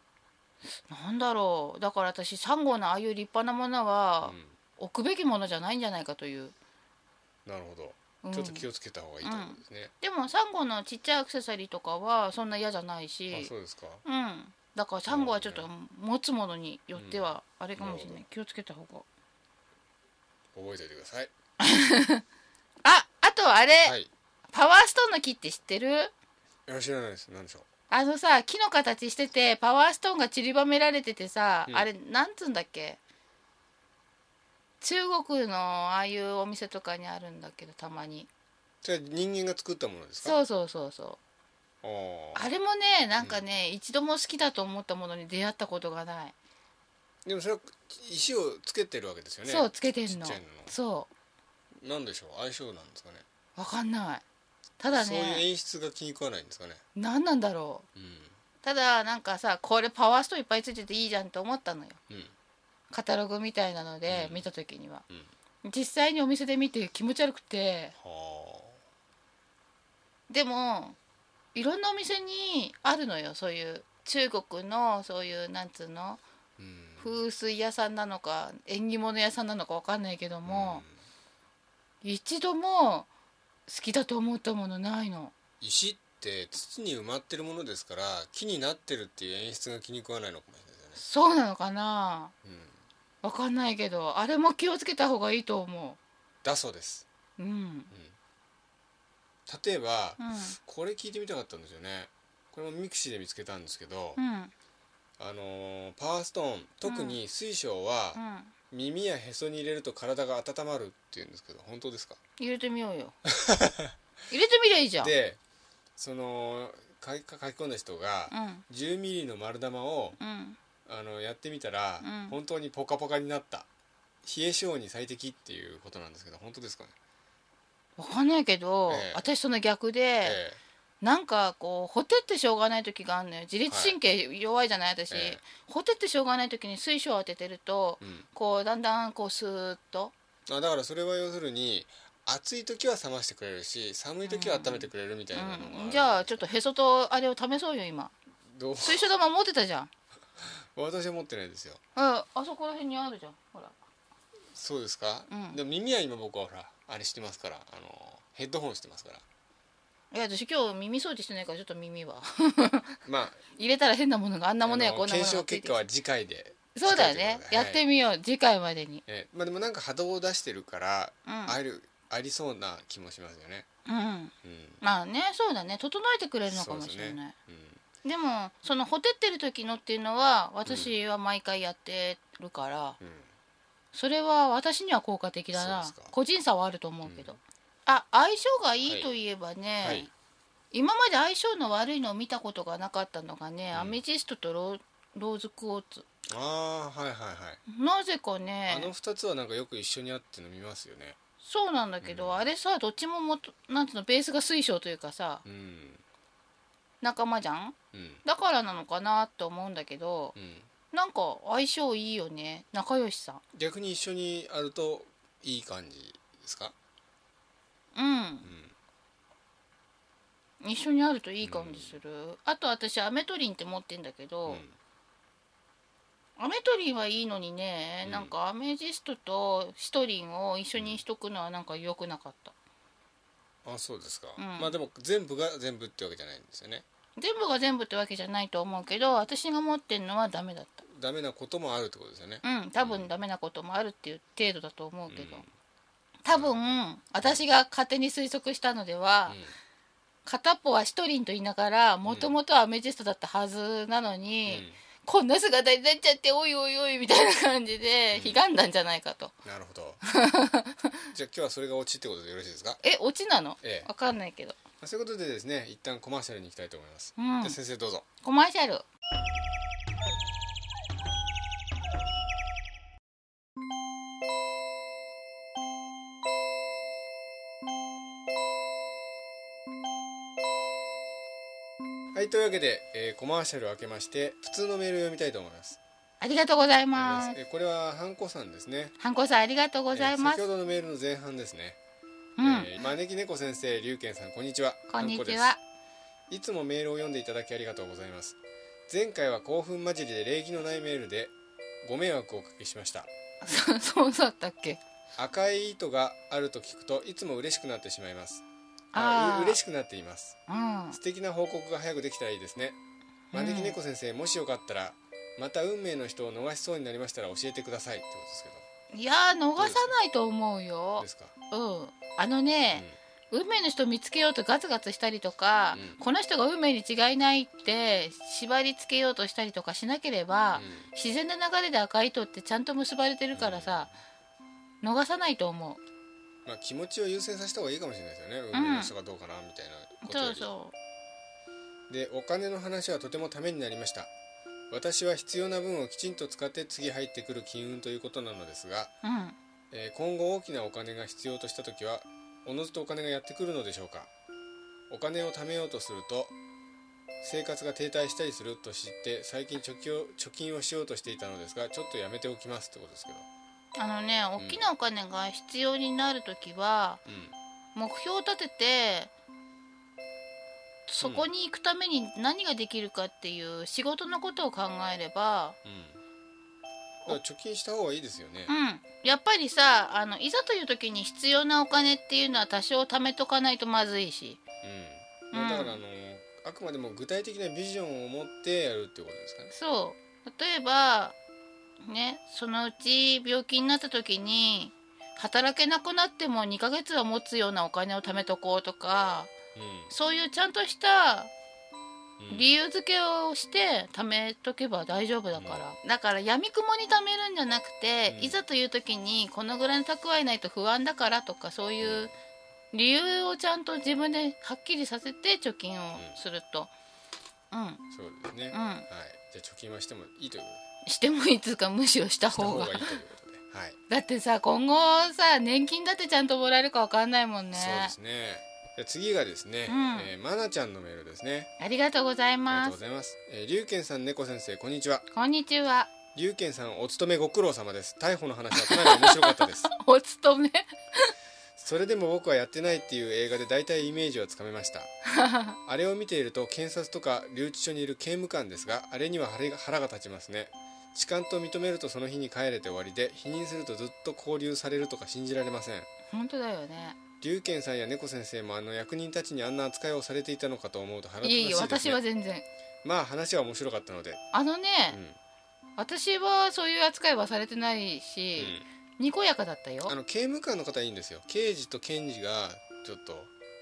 S1: なんだろうだから私サンゴのああいう立派なものは
S2: う
S1: 置くべきものじゃないんじゃないかという、
S2: ん、なるほど。
S1: うん
S2: ちょっと気をつけた方がいいということですね。
S1: でもサンゴのちっちゃいアクセサリーとかはそんな嫌じゃない
S2: あ
S1: し
S2: そうですか。
S1: うん、だからサンゴはちょっと持つものによってはあれかもしれ
S2: な
S1: ない、
S2: るほ
S1: 気をつけた方が
S2: 覚えておいてください。
S1: ああとあれ、
S2: はい。
S1: パワーストーンの木って知ってる
S2: いや知らないです。何でしょう。
S1: あのさ木の形しててパワーストーンが散りばめられててさ、
S2: うん
S1: あれなんつうんだっけ中国のああいうお店とかにあるんだけどたまに
S2: じゃあ人間が作ったものですか
S1: そうそうそうそう
S2: あー
S1: あれもねなんかね、一度も好きだと思ったものに出会ったことがない、
S2: でもそれは石をつけてるわけですよね
S1: そうつけてんの
S2: ちっちゃいの
S1: そ
S2: なんでしょう相性なんですかね
S1: うわかんないただ
S2: そういう
S1: ね
S2: 演出が気に食わないんですかね
S1: 何なんだろう
S2: う
S1: ただなんかさこれパワーストーンいっぱいついてていいじゃんと思ったのよ
S2: んうん
S1: カタログみたいなので
S2: うん
S1: 見た時には、
S2: うん
S1: 実際にお店で見て気持ち悪くて
S2: は
S1: でもいろんなお店にあるのよそういう中国のそういうなんつうの
S2: あうん
S1: 風水屋さんなのか縁起物屋さんなのかわかんないけども、一度も好きだと思ったものないの
S2: うん石って土に埋まってるものですから木になってるっていう演出が気に食わないのかもしれないです
S1: そうなのかな
S2: よね、うん、
S1: わかんないけどあれも気をつけた方がいいと思
S2: だそうです
S1: ううん
S2: 例えば、
S1: うん
S2: これ聞いてみたかったんですよねこれもミクシーで見つけたんですけど、
S1: うん
S2: あのーパワーストーン特に水晶は
S1: うん
S2: 耳やへそに入れると体が温まるっていうんですけど本当ですか
S1: 入れてみよう
S2: <laughs>
S1: よ入れてみりゃいいじゃん
S2: でその書き書き込んだ人が
S1: うん
S2: 10ミリの丸玉を
S1: うん
S2: あのやってみたら、
S1: うん
S2: 本当にポカポカになった冷え性に最適っていうことなんですけど本当ですかね、
S1: わかんないけど、
S2: ええ
S1: 私その逆で、
S2: え
S1: なんかこうほてってしょうがない時があるのよ自律神経弱いじゃない私、
S2: ええ
S1: ほてってしょうがない時に水晶を当ててると
S2: え
S1: こうだんだんこうスーッと
S2: うん、あだからそれは要するに暑い時は冷ましてくれるし寒い時は温めてくれるみたいなのがあるんですよ、
S1: うんじゃあちょっとへそとあれを試そうよ今
S2: どう
S1: 水晶玉持ってたじゃん
S2: 私は持ってないですよ
S1: うんあそこら辺にあるじゃんほら
S2: そうですか、
S1: うん
S2: でも耳は今僕はほらあれしてますからあのヘッドホンしてますから
S1: いや私今日耳掃除してないからちょっと耳は <laughs>
S2: まあ
S1: 入れたら変なものがあんなものや
S2: あの
S1: こんなもの
S2: 検
S1: が
S2: 証
S1: ついて
S2: 結
S1: きて
S2: 果は次回で
S1: そうだよね、
S2: 次回
S1: やっ
S2: ということではい
S1: てみよう次回までに
S2: ええまあでもなんか波動を出してるから、
S1: うん
S2: あるありそうな気もしますよね
S1: うん
S2: うん
S1: まあねそうだね整えてくれるのかもしれないで,、
S2: そうですね
S1: もそのほてってる時のっていうのは私は毎回やってるから、
S2: うんうん
S1: それは私には効果的だな
S2: そうですか
S1: 個人差はあると思うけど、
S2: うん
S1: あ相性がいいといえばね、
S2: はい
S1: 今まで相性の悪いのを見たことがなかったのがね、
S2: うん
S1: アメジストとローローズクォーツ
S2: ああはいはいはい、
S1: なぜか
S2: あの
S1: ね
S2: 二つはなんかよく一緒にあって飲みますよね
S1: そうなんだけど、
S2: うん
S1: あれさどっちももとなんていうのベースが水晶というかさ
S2: うん
S1: 仲間じゃん
S2: うん
S1: だからなのかなと思うんだけど、
S2: うん
S1: なんか相性いいよね仲良しさん
S2: 逆に一緒にあるといい感じですか
S1: うん
S2: うん
S1: 一緒にあるといい感じする、あと私アメトリンって持ってんだけど、
S2: うん
S1: アメトリンはいいのにね、
S2: うん
S1: なんかアメジストとシトリンを一緒にしとくのはなんか良くなかった
S2: あそうですか、
S1: うん
S2: まあでも全部が全部ってわけじゃないんですよね
S1: 全部が全部ってわけじゃないと思うけど私が持ってんのはダメだっ
S2: ダメなこともあるってことですよね、
S1: たうん多分ダメなこともあるっていう程度だと思うけど、多分私が勝手に推測したのでは、
S2: うん
S1: 片っぽはシトリンと言いながらもともとアメジストだったはずなのに、
S2: う
S1: こんな姿になっちゃっておいおいおいみたいな感じで
S2: うん
S1: 悲願なんじゃないかと、
S2: んなるほど <laughs> じゃあ今日はそれがオチってことでよろしいですか
S1: えオチなの
S2: ええ
S1: わかんないけど
S2: まあそういうことでですね一旦コマーシャルに行きたいと思います、
S1: うん
S2: じゃあ先生どうぞ
S1: コマーシャル
S2: はいというわけで、えーコマーシャルを開けまして普通のメールを読みたいと思います
S1: ありがとうございます
S2: えーこれはハンコさんですね
S1: ハンコさんありがとうございます、
S2: えー先ほどのメールの前半ですね、
S1: うん、
S2: えー招き猫先生龍賢さんこんにちは
S1: こんに
S2: ハンコで
S1: ち
S2: す
S1: はい
S2: つもメールを読んでいただきありがとうございます前回は興奮混じりで礼儀のないメールでご迷惑をおかけしました
S1: そ <laughs> そうだったっけ
S2: 赤い糸があると聞くといつも嬉しくなってしまいます
S1: あ
S2: あ
S1: ー
S2: う嬉しくなっています
S1: うん
S2: 素敵な報告が早くできたらいいですね
S1: うん
S2: 招き猫先生もしよかったらまた運命の人を逃しそうになりましたら教えてくださいってことですけど
S1: いやー逃さないと思う
S2: どう
S1: よ
S2: ですか
S1: うんあのね、運命の人見つけようとガツガツしたりとか、
S2: うん
S1: この人が運命に違いないって縛りつけようとしたりとかしなければ、
S2: う
S1: 自然な流れで赤い糸ってちゃんと結ばれてるからさ、逃さないと思う
S2: まあ、気持ちを優先させた方がいいかもしれないですよね運命の人がどうかなみたいなことよ
S1: そう
S2: り、
S1: そう
S2: でお金の話はとてもためになりました私は必要な分をきちんと使って次入ってくる金運ということなのですが、
S1: うん
S2: えー今後大きなお金が必要とした時はおのずとお金がやってくるのでしょうかお金を貯めようとすると生活が停滞したりすると知って最近貯金を貯金をしようとしていたのですがちょっとやめておきますってことですけど
S1: あのね大きなお金が必要になる時は、
S2: う
S1: 目標を立ててそこに行くために何ができるかっていう仕事のことを考えれば、
S2: んうんだから貯金した方がいいですよね
S1: うん、やっぱりさあのいざという時に必要なお金っていうのは多少貯めとかないとまずいし、
S2: うん、
S1: うん
S2: だからあのあくまでも具体的なビジョンを持ってやるっていうことですかね
S1: そう例えばねそのうち病気になった時に働けなくなっても2ヶ月は持つようなお金を貯めとこうとかそういうちゃんとした
S2: うん、
S1: 理由付けをして貯めとけば大丈夫だから、だからやみくもに貯めるんじゃなくて、
S2: うん
S1: いざという時にこのぐらいの蓄えないと不安だからとかそういう理由をちゃんと自分ではっきりさせて貯金をするとうんうん、
S2: そうですね、はいじゃあ貯金はしてもいいというこ
S1: してもいいっつうか無視をした
S2: とで
S1: 方
S2: した方
S1: が
S2: がいいということではい
S1: だってさ今後さ年金だってちゃんともらえるかわかんないもんね
S2: そうですね。じゃあ次がですね、
S1: うん
S2: えー、まなちゃんのメールですね。
S1: ありがとうござい
S2: ありがと
S1: ま
S2: うご
S1: す
S2: ざいます。えー、龍賢さん、猫先生、こんにちは。
S1: こんにちは
S2: 龍賢さん、お勤めご苦労様です。逮捕の話はかなり面白かったです。
S1: お勤め
S2: それでも僕はやってないっていう映画で大体イメージはつか
S1: <laughs>
S2: めました。あれを見ていると、検察とか留置所にいる刑務官ですが、あれには腹が腹が立ちますね。痴漢と認めるとその日に帰れて終わりで、否認するとずっと拘留されるとか信じられません。
S1: 本当だよね
S2: 龍賢さんや猫先生もあの役人たちにあんな扱いをされていたのかと思うと腹立
S1: い
S2: た
S1: え
S2: しい
S1: い
S2: で
S1: え
S2: すね。
S1: 私は全然
S2: まあ話は面白かったので、
S1: あのね、
S2: うん
S1: 私はそういう扱いはされてないし、にこやかだったよ
S2: あの刑務官の方いいんですよ刑事と検事がちょっと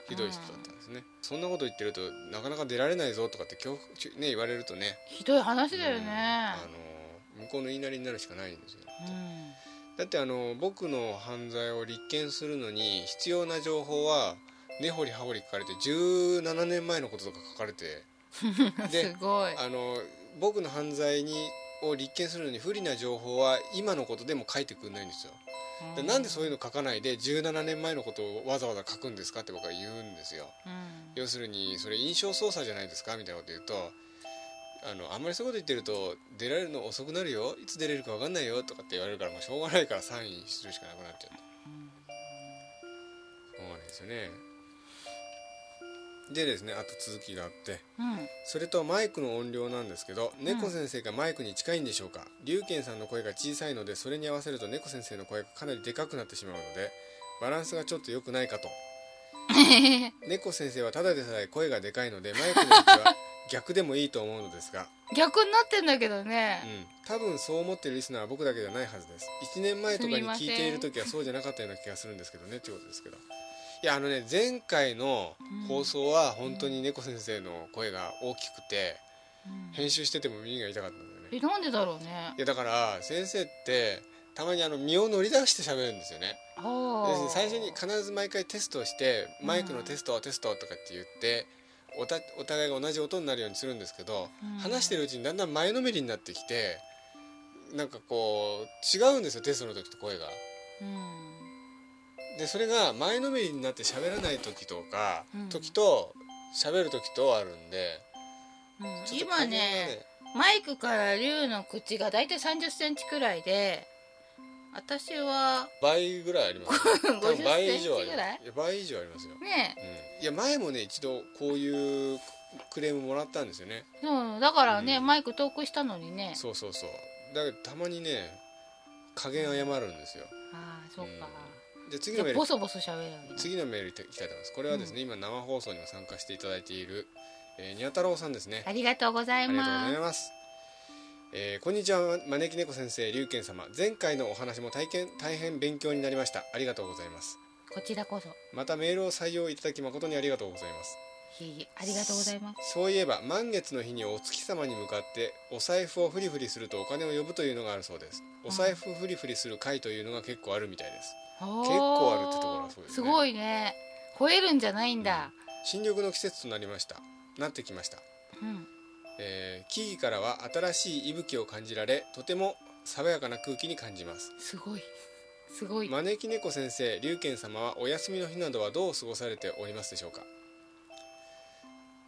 S2: ひどい人だったんですね、そんなこと言ってるとなかなか出られないぞとかって恐怖ね言われるとね
S1: ひどい話だよ
S2: うん
S1: ね
S2: あの向こうの言いなりになるしかないんですよ、
S1: うん
S2: だってあの僕の犯罪を立件するのに必要な情報は根掘り葉掘り書かれて17年前のこととか書
S1: <laughs>
S2: かれて
S1: す
S2: で
S1: ごい
S2: あの僕の犯罪にを立件するのに不利な情報は今のことでも書いてくんないんですよでなんでそう
S1: う
S2: いうの書かないで17年前のことをわざわざ書くんですかって僕は言うんですよ
S1: うん
S2: 要するにそれ印象操作じゃないですかみたいなこと言うとあのあんまりそういうこと言ってると出られるの遅くなるよいつ出れるか分かんないよとかって言われるからもうしょうがないからサインするしかなくなっちゃってしょうがないですよねでですねあと続きがあって
S1: うん <laughs>
S2: それとマイクの音量なんですけど猫先生がマイクに近いんでしょうか龍賢さんの声が小さいのでそれに合わせると猫先生の声がかなりでかくなってしまうのでバランスがちょっと良くないかと猫先生はただでさえ声がでかいのでマイクの位置は逆でもいいと思うのですが、
S1: 逆になってんだけど
S2: う
S1: ね、
S2: ん、多分そう思ってるリスナーは僕だけじゃないはずです1年前とかに聞いている時はそうじゃなかったような気がするんですけどねってことですけどいやあのね前回の放送は本当に猫先生の声が大きく
S1: う
S2: て、
S1: ん
S2: 編集してても耳が痛かったんだよね
S1: えなんでだろうね
S2: いやだから先生ってたまにあの身を乗り出して喋るんですよね
S1: あ
S2: で
S1: ー
S2: 最初に必ず毎回テストをして
S1: うん
S2: マイクのテストをテストとかって言っておたお互いが同じ音になるようにするんですけど
S1: うん
S2: 話してるうちにだんだん前のめりになってきてなんかこう違うんですよテストの時と声が。
S1: うん
S2: でそれが前のめりになって喋らない時とか
S1: うん
S2: 時と喋る時とあるんで
S1: うん
S2: ちょっと
S1: 今ねマイクから龍の口がだいたい3 0センチくらいで私
S2: <laughs>
S1: は、
S2: 倍ぐらいあります、ね
S1: <laughs>
S2: 多分倍以上あ
S1: 50センチ
S2: り
S1: ぐ
S2: ま
S1: らい
S2: すいや倍以上ありますよ、
S1: ね
S2: うん、いや前もね一度こういうクレームもらったんですよね
S1: そうだからね、
S2: うん
S1: マイク遠くしたのにね
S2: そうそうそうだけどたまにね加減謝るんですよ
S1: ああそうか、
S2: で次
S1: じ
S2: の
S1: ゃあ
S2: メール
S1: ボソボソ喋るよね
S2: 次のメールいきたいと思いますこれはですね、今生放送にも参加していただいている、えー、にゃ太郎さんですね
S1: ありがとうござい
S2: ありがとうご
S1: ま
S2: ざ
S1: す
S2: います。えーこんにちは招き猫先生龍賢様前回のお話も体験大変勉強になりましたありがとうございます
S1: こちらこそ
S2: またメールを採用いただき誠にありがとうございます
S1: いえいえありがとうございます
S2: そういえば満月の日にお月様に向かってお財布をフリフリするとお金を呼ぶというのがあるそうですお財布フリフリする会というのが結構あるみたいです構あるってところはそうですね
S1: すごいね吠えるんじゃないんだ、
S2: 新緑の季節となりましたなってきました、
S1: うん
S2: えー木々からは新しい息吹を感じられとても爽やかな空気に感じます
S1: すごいすごい、
S2: 招き猫先生龍賢様はお休みの日などはどう過ごされておりますでしょうか、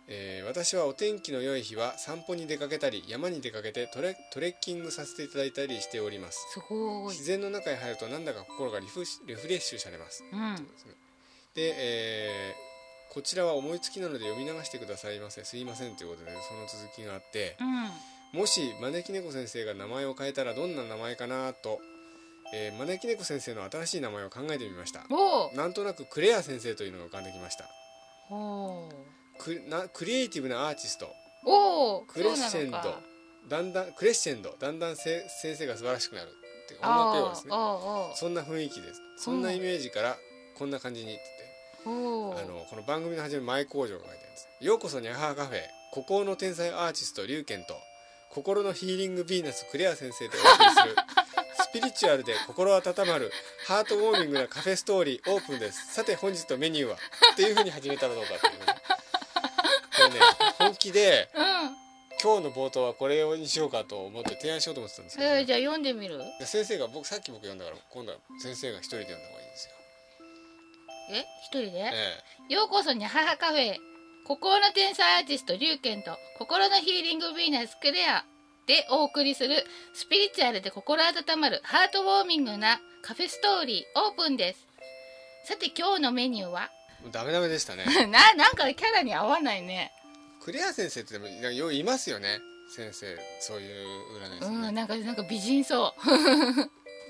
S2: えー私はお天気の良い日は散歩に出かけたり山に出かけてトレトレッキングさせていただいたりしております
S1: すごい
S2: 自然の中へ入るとなんだか心がリフリフレッシュされます
S1: うん
S2: で、えーこちらは思いつきなので読み流してくださいませすいませんということで、その続きがあって
S1: うん
S2: もし招き猫先生が名前を変えたらどんな名前かなと、えー招き猫先生の新しい名前を考えてみました
S1: おー
S2: なんとなくクレア先生というのが浮かんできました
S1: おー
S2: クなクリエイティブなアーティスト
S1: おお
S2: クレッシェンド
S1: あ
S2: だんだんクレッシェンドだんだんせ先生が素晴らしくなるって音楽用語
S1: あ
S2: です
S1: ー
S2: ね
S1: あー
S2: そんな雰囲気ですそんなイメージからこんな感じにって
S1: あーおー
S2: 言ってあのこの番組の初め前工場が書いてあるんですようこそニャハーカフェ孤高の天才アーティストリュウケンと心のヒーリングヴィーナスクレア先生でお送りす <laughs> るスピリチュアルで心温まるハートウォーミングなカフェストーリーオープンですさて本日のメニューはっていうふうに始めたらどうかっていうねこれね本気で今日の冒頭はこれにしようかと思って提案しようと思ってたんですけどね、
S1: えー、じゃあ読んでみる
S2: で先生が僕さっき僕読んだから今度は先生が一人で読んだ方がいいですよ。
S1: え一人で、
S2: え
S1: ようこそにゃははカフェへ孤高の天才アーティストリュウケンと心のヒーリングヴィーナスクレアでお送りするスピリチュアルで心温まるハートウォーミングなカフェストーリーオープンですさて今日のメニューは <laughs>
S2: え、ダメダメでしたね。
S1: ななんかキャラに合わないね
S2: クレア先生ってでもよういますよね。先生そういう占いで
S1: う
S2: す
S1: ん
S2: ね。
S1: なんかなんか美人そ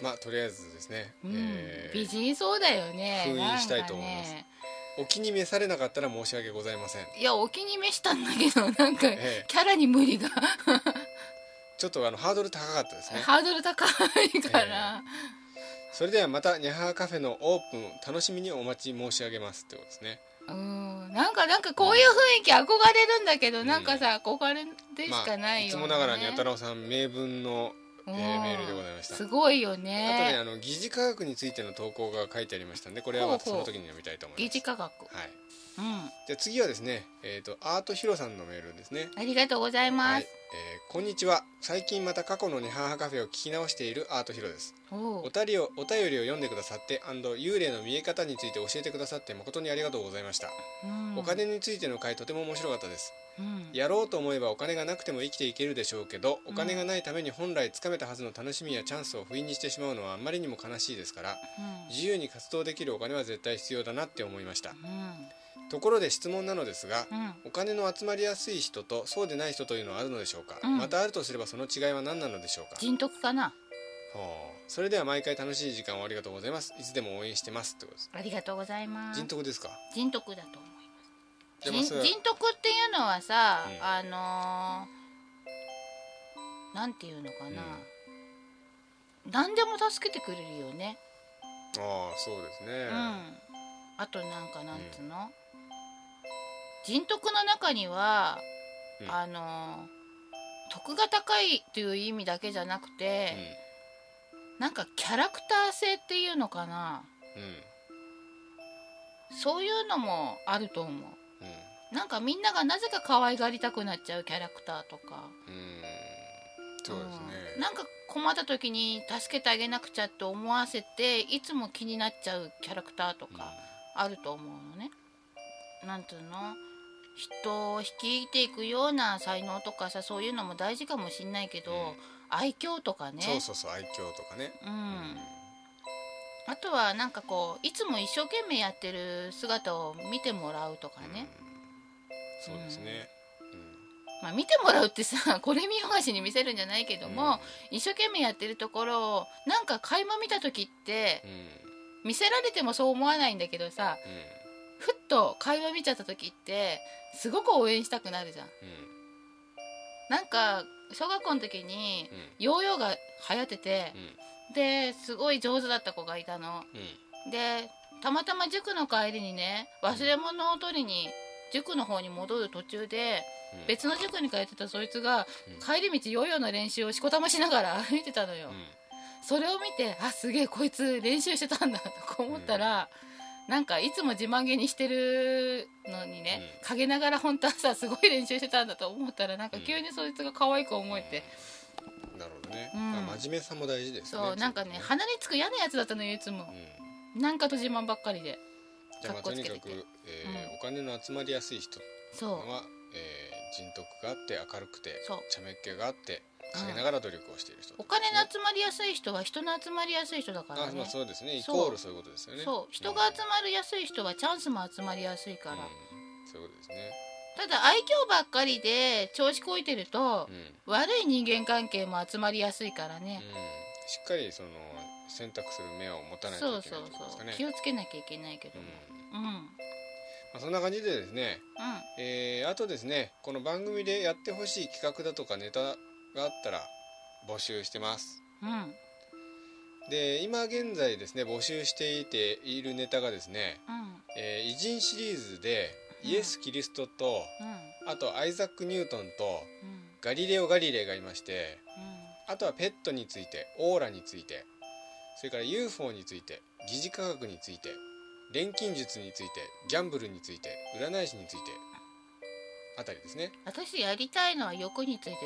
S2: まあとりあえずですね。
S1: う、うん
S2: ええ
S1: 美人そうだよね
S2: 封印したいと思い
S1: なん
S2: ま
S1: か
S2: す
S1: ね
S2: お気に召されなかったら申し訳ございません。
S1: いやお気に召したんだけど <laughs> なんか、
S2: ええ
S1: キャラに無理が
S2: ちょっとあのハードル高かったですね。
S1: ハードル高いから、
S2: それではまたニャハーカフェのオープン楽しみにお待ち申し上げますってことですね。
S1: うんなんかなんかこういう雰囲気憧れるんだけど、
S2: ん
S1: なんかさ憧れでし
S2: ま
S1: か
S2: あ
S1: ない
S2: いつ
S1: よ、ね
S2: もながらにやたらおさん名文の、え
S1: うん
S2: ーメールでございました。
S1: すごいよ
S2: あとね
S1: ね
S2: あの疑似科学についての投稿が書いてありましたんでこれはまたその時に読みたいと思い
S1: 疑
S2: ます
S1: 似科学
S2: はい、
S1: うん
S2: じゃあ次はですね、えー、とアートヒロさんのメールですね
S1: ありがとうございま
S2: はい、
S1: す、
S2: えーこんにちは最近また過去のニハーハカフェを聞き直しているアートヒロです
S1: お
S2: お
S1: う
S2: たりをお便りを読んでくださって幽霊の見え方について教えてくださって誠にありがとうございました、
S1: うん
S2: お金についての回とても面白かったです
S1: うん
S2: やろうと思えばお金がなくても生きていけるでしょうけどお金がないために本来つかめたはずの楽しみやチャンスを不意にしてしまうのはあんまりにも悲しいですから
S1: う
S2: 自由に活動できるお金は絶対必要だなって思いました
S1: ん
S2: ところで質問なのですが
S1: うんうん
S2: お金の集まりやすい人とそうでない人というのはあるのでしょうか、
S1: うん
S2: またあるとすればその違いは何なのでしょうか
S1: 人徳かな
S2: ほうそれでは毎回楽しい時間をありがとうございますいつでも応援してますってことです
S1: ありがとうございます
S2: 人徳ですか
S1: 人徳だと思います
S2: じゃあまあ
S1: 人
S2: それは
S1: 人徳っていうのはさ、
S2: うん
S1: あのーなんていうのかな、何でも助けてくれるよね、
S2: ああそうですね
S1: う、ん、あとなんかなんつうの、人徳の中には、
S2: うん
S1: あのー徳が高いという意味だけじゃなくて、なんかキャラクター性っていうのかな
S2: うんうん
S1: そういうのもあると思う
S2: うん
S1: なんかみんながなぜか可愛がりたくなっちゃうキャラクターとか。
S2: うんそうです
S1: うん
S2: ね
S1: なんか困った時に助けてあげなくちゃって思わせていつも気になっちゃうキャラクターと
S2: うん
S1: かあると思うのね。なんていうの人を率いていくような才能とかさそういうのも大事かもしんないけど、
S2: うん
S1: 愛嬌とかね
S2: そうそうそう愛嬌とかね
S1: う、
S2: うん
S1: あとはなんかこういつも一生懸命やってる姿を見てもらうとかね、
S2: うんそうですねうん
S1: まあ見てもらうってさ <laughs> これ見よがしに見せるんじゃないけども、
S2: うん
S1: 一生懸命やってるところをなんか垣間見た時って
S2: うん
S1: 見せられてもそう思わないんだけどさ
S2: うん
S1: ふっと垣間見ちゃった時ってすごく応援したくなるじゃん。
S2: う
S1: なんか小学校の時に
S2: ん
S1: ヨーヨーが流行ってて
S2: うん
S1: ですごい上手だった子がいたの。
S2: うん
S1: でたまたま塾の帰りにね忘れ物を取りに塾の方に戻る途中で
S2: うん
S1: 別の塾に通ってたそいつが
S2: うん
S1: 帰り道ヨーヨーの練習をしこたましながら歩いてたのよ、
S2: うん
S1: それを見てあすげえこいつ練習してたんだとか思ったら、なんかいつも自慢げにしてるのにね、陰ながら本当はさすごい練習してたんだと思ったらなんか急にそいつが可愛く思えて、
S2: なるほどね、
S1: うん
S2: まあ真面目さも大事ですよね
S1: そうなんかね
S2: ちょっ
S1: 鼻につく嫌なやつだったのよいつも
S2: と、ね
S1: なんかと自慢ばっかりで
S2: うん、じゃあまあ
S1: かっこ
S2: と
S1: つ
S2: に
S1: け
S2: か
S1: て
S2: く、
S1: て
S2: えー
S1: うん
S2: お金の集まりやすい人
S1: そう、
S2: は、えー人徳があって明るくて
S1: そう
S2: ちゃめっ気があって陰ながら努力をしている人、
S1: お金の集まりやすい人は人の集まりやすい人だから
S2: あ
S1: ね、
S2: まあそうですねイ
S1: そう
S2: コールそういうことですよね
S1: そう人が集まりやすい人はチャンスも集まりやすいから、
S2: うんそういうことですね
S1: ただ愛嬌ばっかりで調子こいてると
S2: う、ん、うん
S1: 悪い人間関係も集まりやすいからね、
S2: しっかりその選択する目を持たない
S1: そ
S2: と
S1: う
S2: いけな
S1: そ
S2: いうってことです
S1: そ
S2: か
S1: う
S2: ね
S1: 気をつけなきゃいけないけど
S2: う
S1: も
S2: ん
S1: うんうん
S2: まあ、そんな感じでですねえーあとですねこの番組でやってほしい企画だとかネタがあったら募集してます
S1: うん
S2: で今現在ですね募集していているネタがですね、
S1: うん
S2: えー偉人シリーズで
S1: うん
S2: イエス・キリストと
S1: うん
S2: あとアイザック・ニュートンと
S1: うん
S2: ガリレオ・ガリレイがいまして
S1: うん
S2: あとはペットについてオーラについてそれから UFO について疑似科学について錬金術についてギャンブルについて占い師についてあたりですね
S1: 私やりたいのは欲についてだよ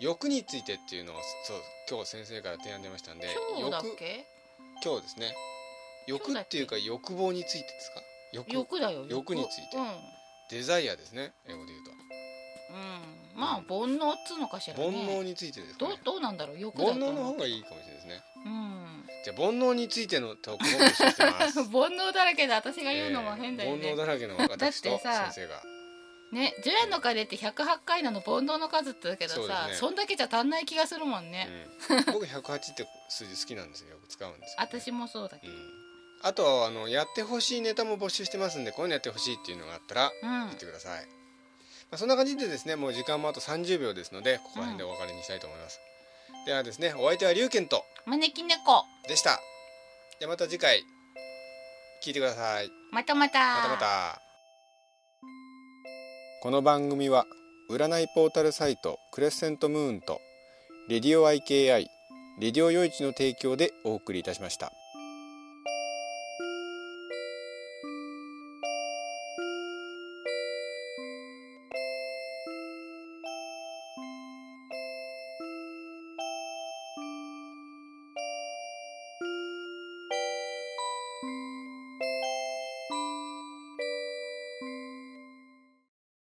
S2: 欲についてっていうのをそう今日先生から提案出ましたんで
S1: 今日だっ
S2: 欲
S1: け
S2: 今日ですね欲っていうか欲望についてですか欲
S1: 欲だよ
S2: 欲について
S1: うん、う
S2: デザイアですね英語で言うと
S1: ん、まあ煩悩っつうのかしらね
S2: 煩悩についてですか、
S1: どう
S2: ね、
S1: どうなんだろう欲だと
S2: 煩
S1: 思
S2: 悩
S1: う
S2: の方がいいかもしれないですね
S1: うん
S2: じゃあ煩悩についてのトークを募集
S1: <laughs>
S2: してます
S1: 煩悩だらけで私が言うのも変だよ
S2: えー
S1: ね、
S2: 煩悩だらけの私
S1: だ
S2: と
S1: ってさ
S2: 先生が
S1: ね10円の金って108回なの煩悩の数ってだけど
S2: そうで
S1: さ
S2: す
S1: そ,、
S2: ね
S1: んだけじゃ足んない気がするもんね、
S2: うん、僕108って数字好きなんですよよく使うんですよ、ね、
S1: 私もそうだけ
S2: う
S1: ど
S2: んあとあのやってほしいネタも募集してますんでこういうのやってほしいっていうのがあったら
S1: うん
S2: 言ってください、まあ、そんな感じでですねもう時間もあと30秒ですのでここら辺でお別れにしたいと思います、ではですねお相手は龍賢と
S1: 招き猫
S2: でしたではまた次回聞いてください
S1: またまた
S2: またまたこの番組は占いポータルサイトクレッセントムーンとレディオ IKI レディオ夜市の提供でお送りいたしました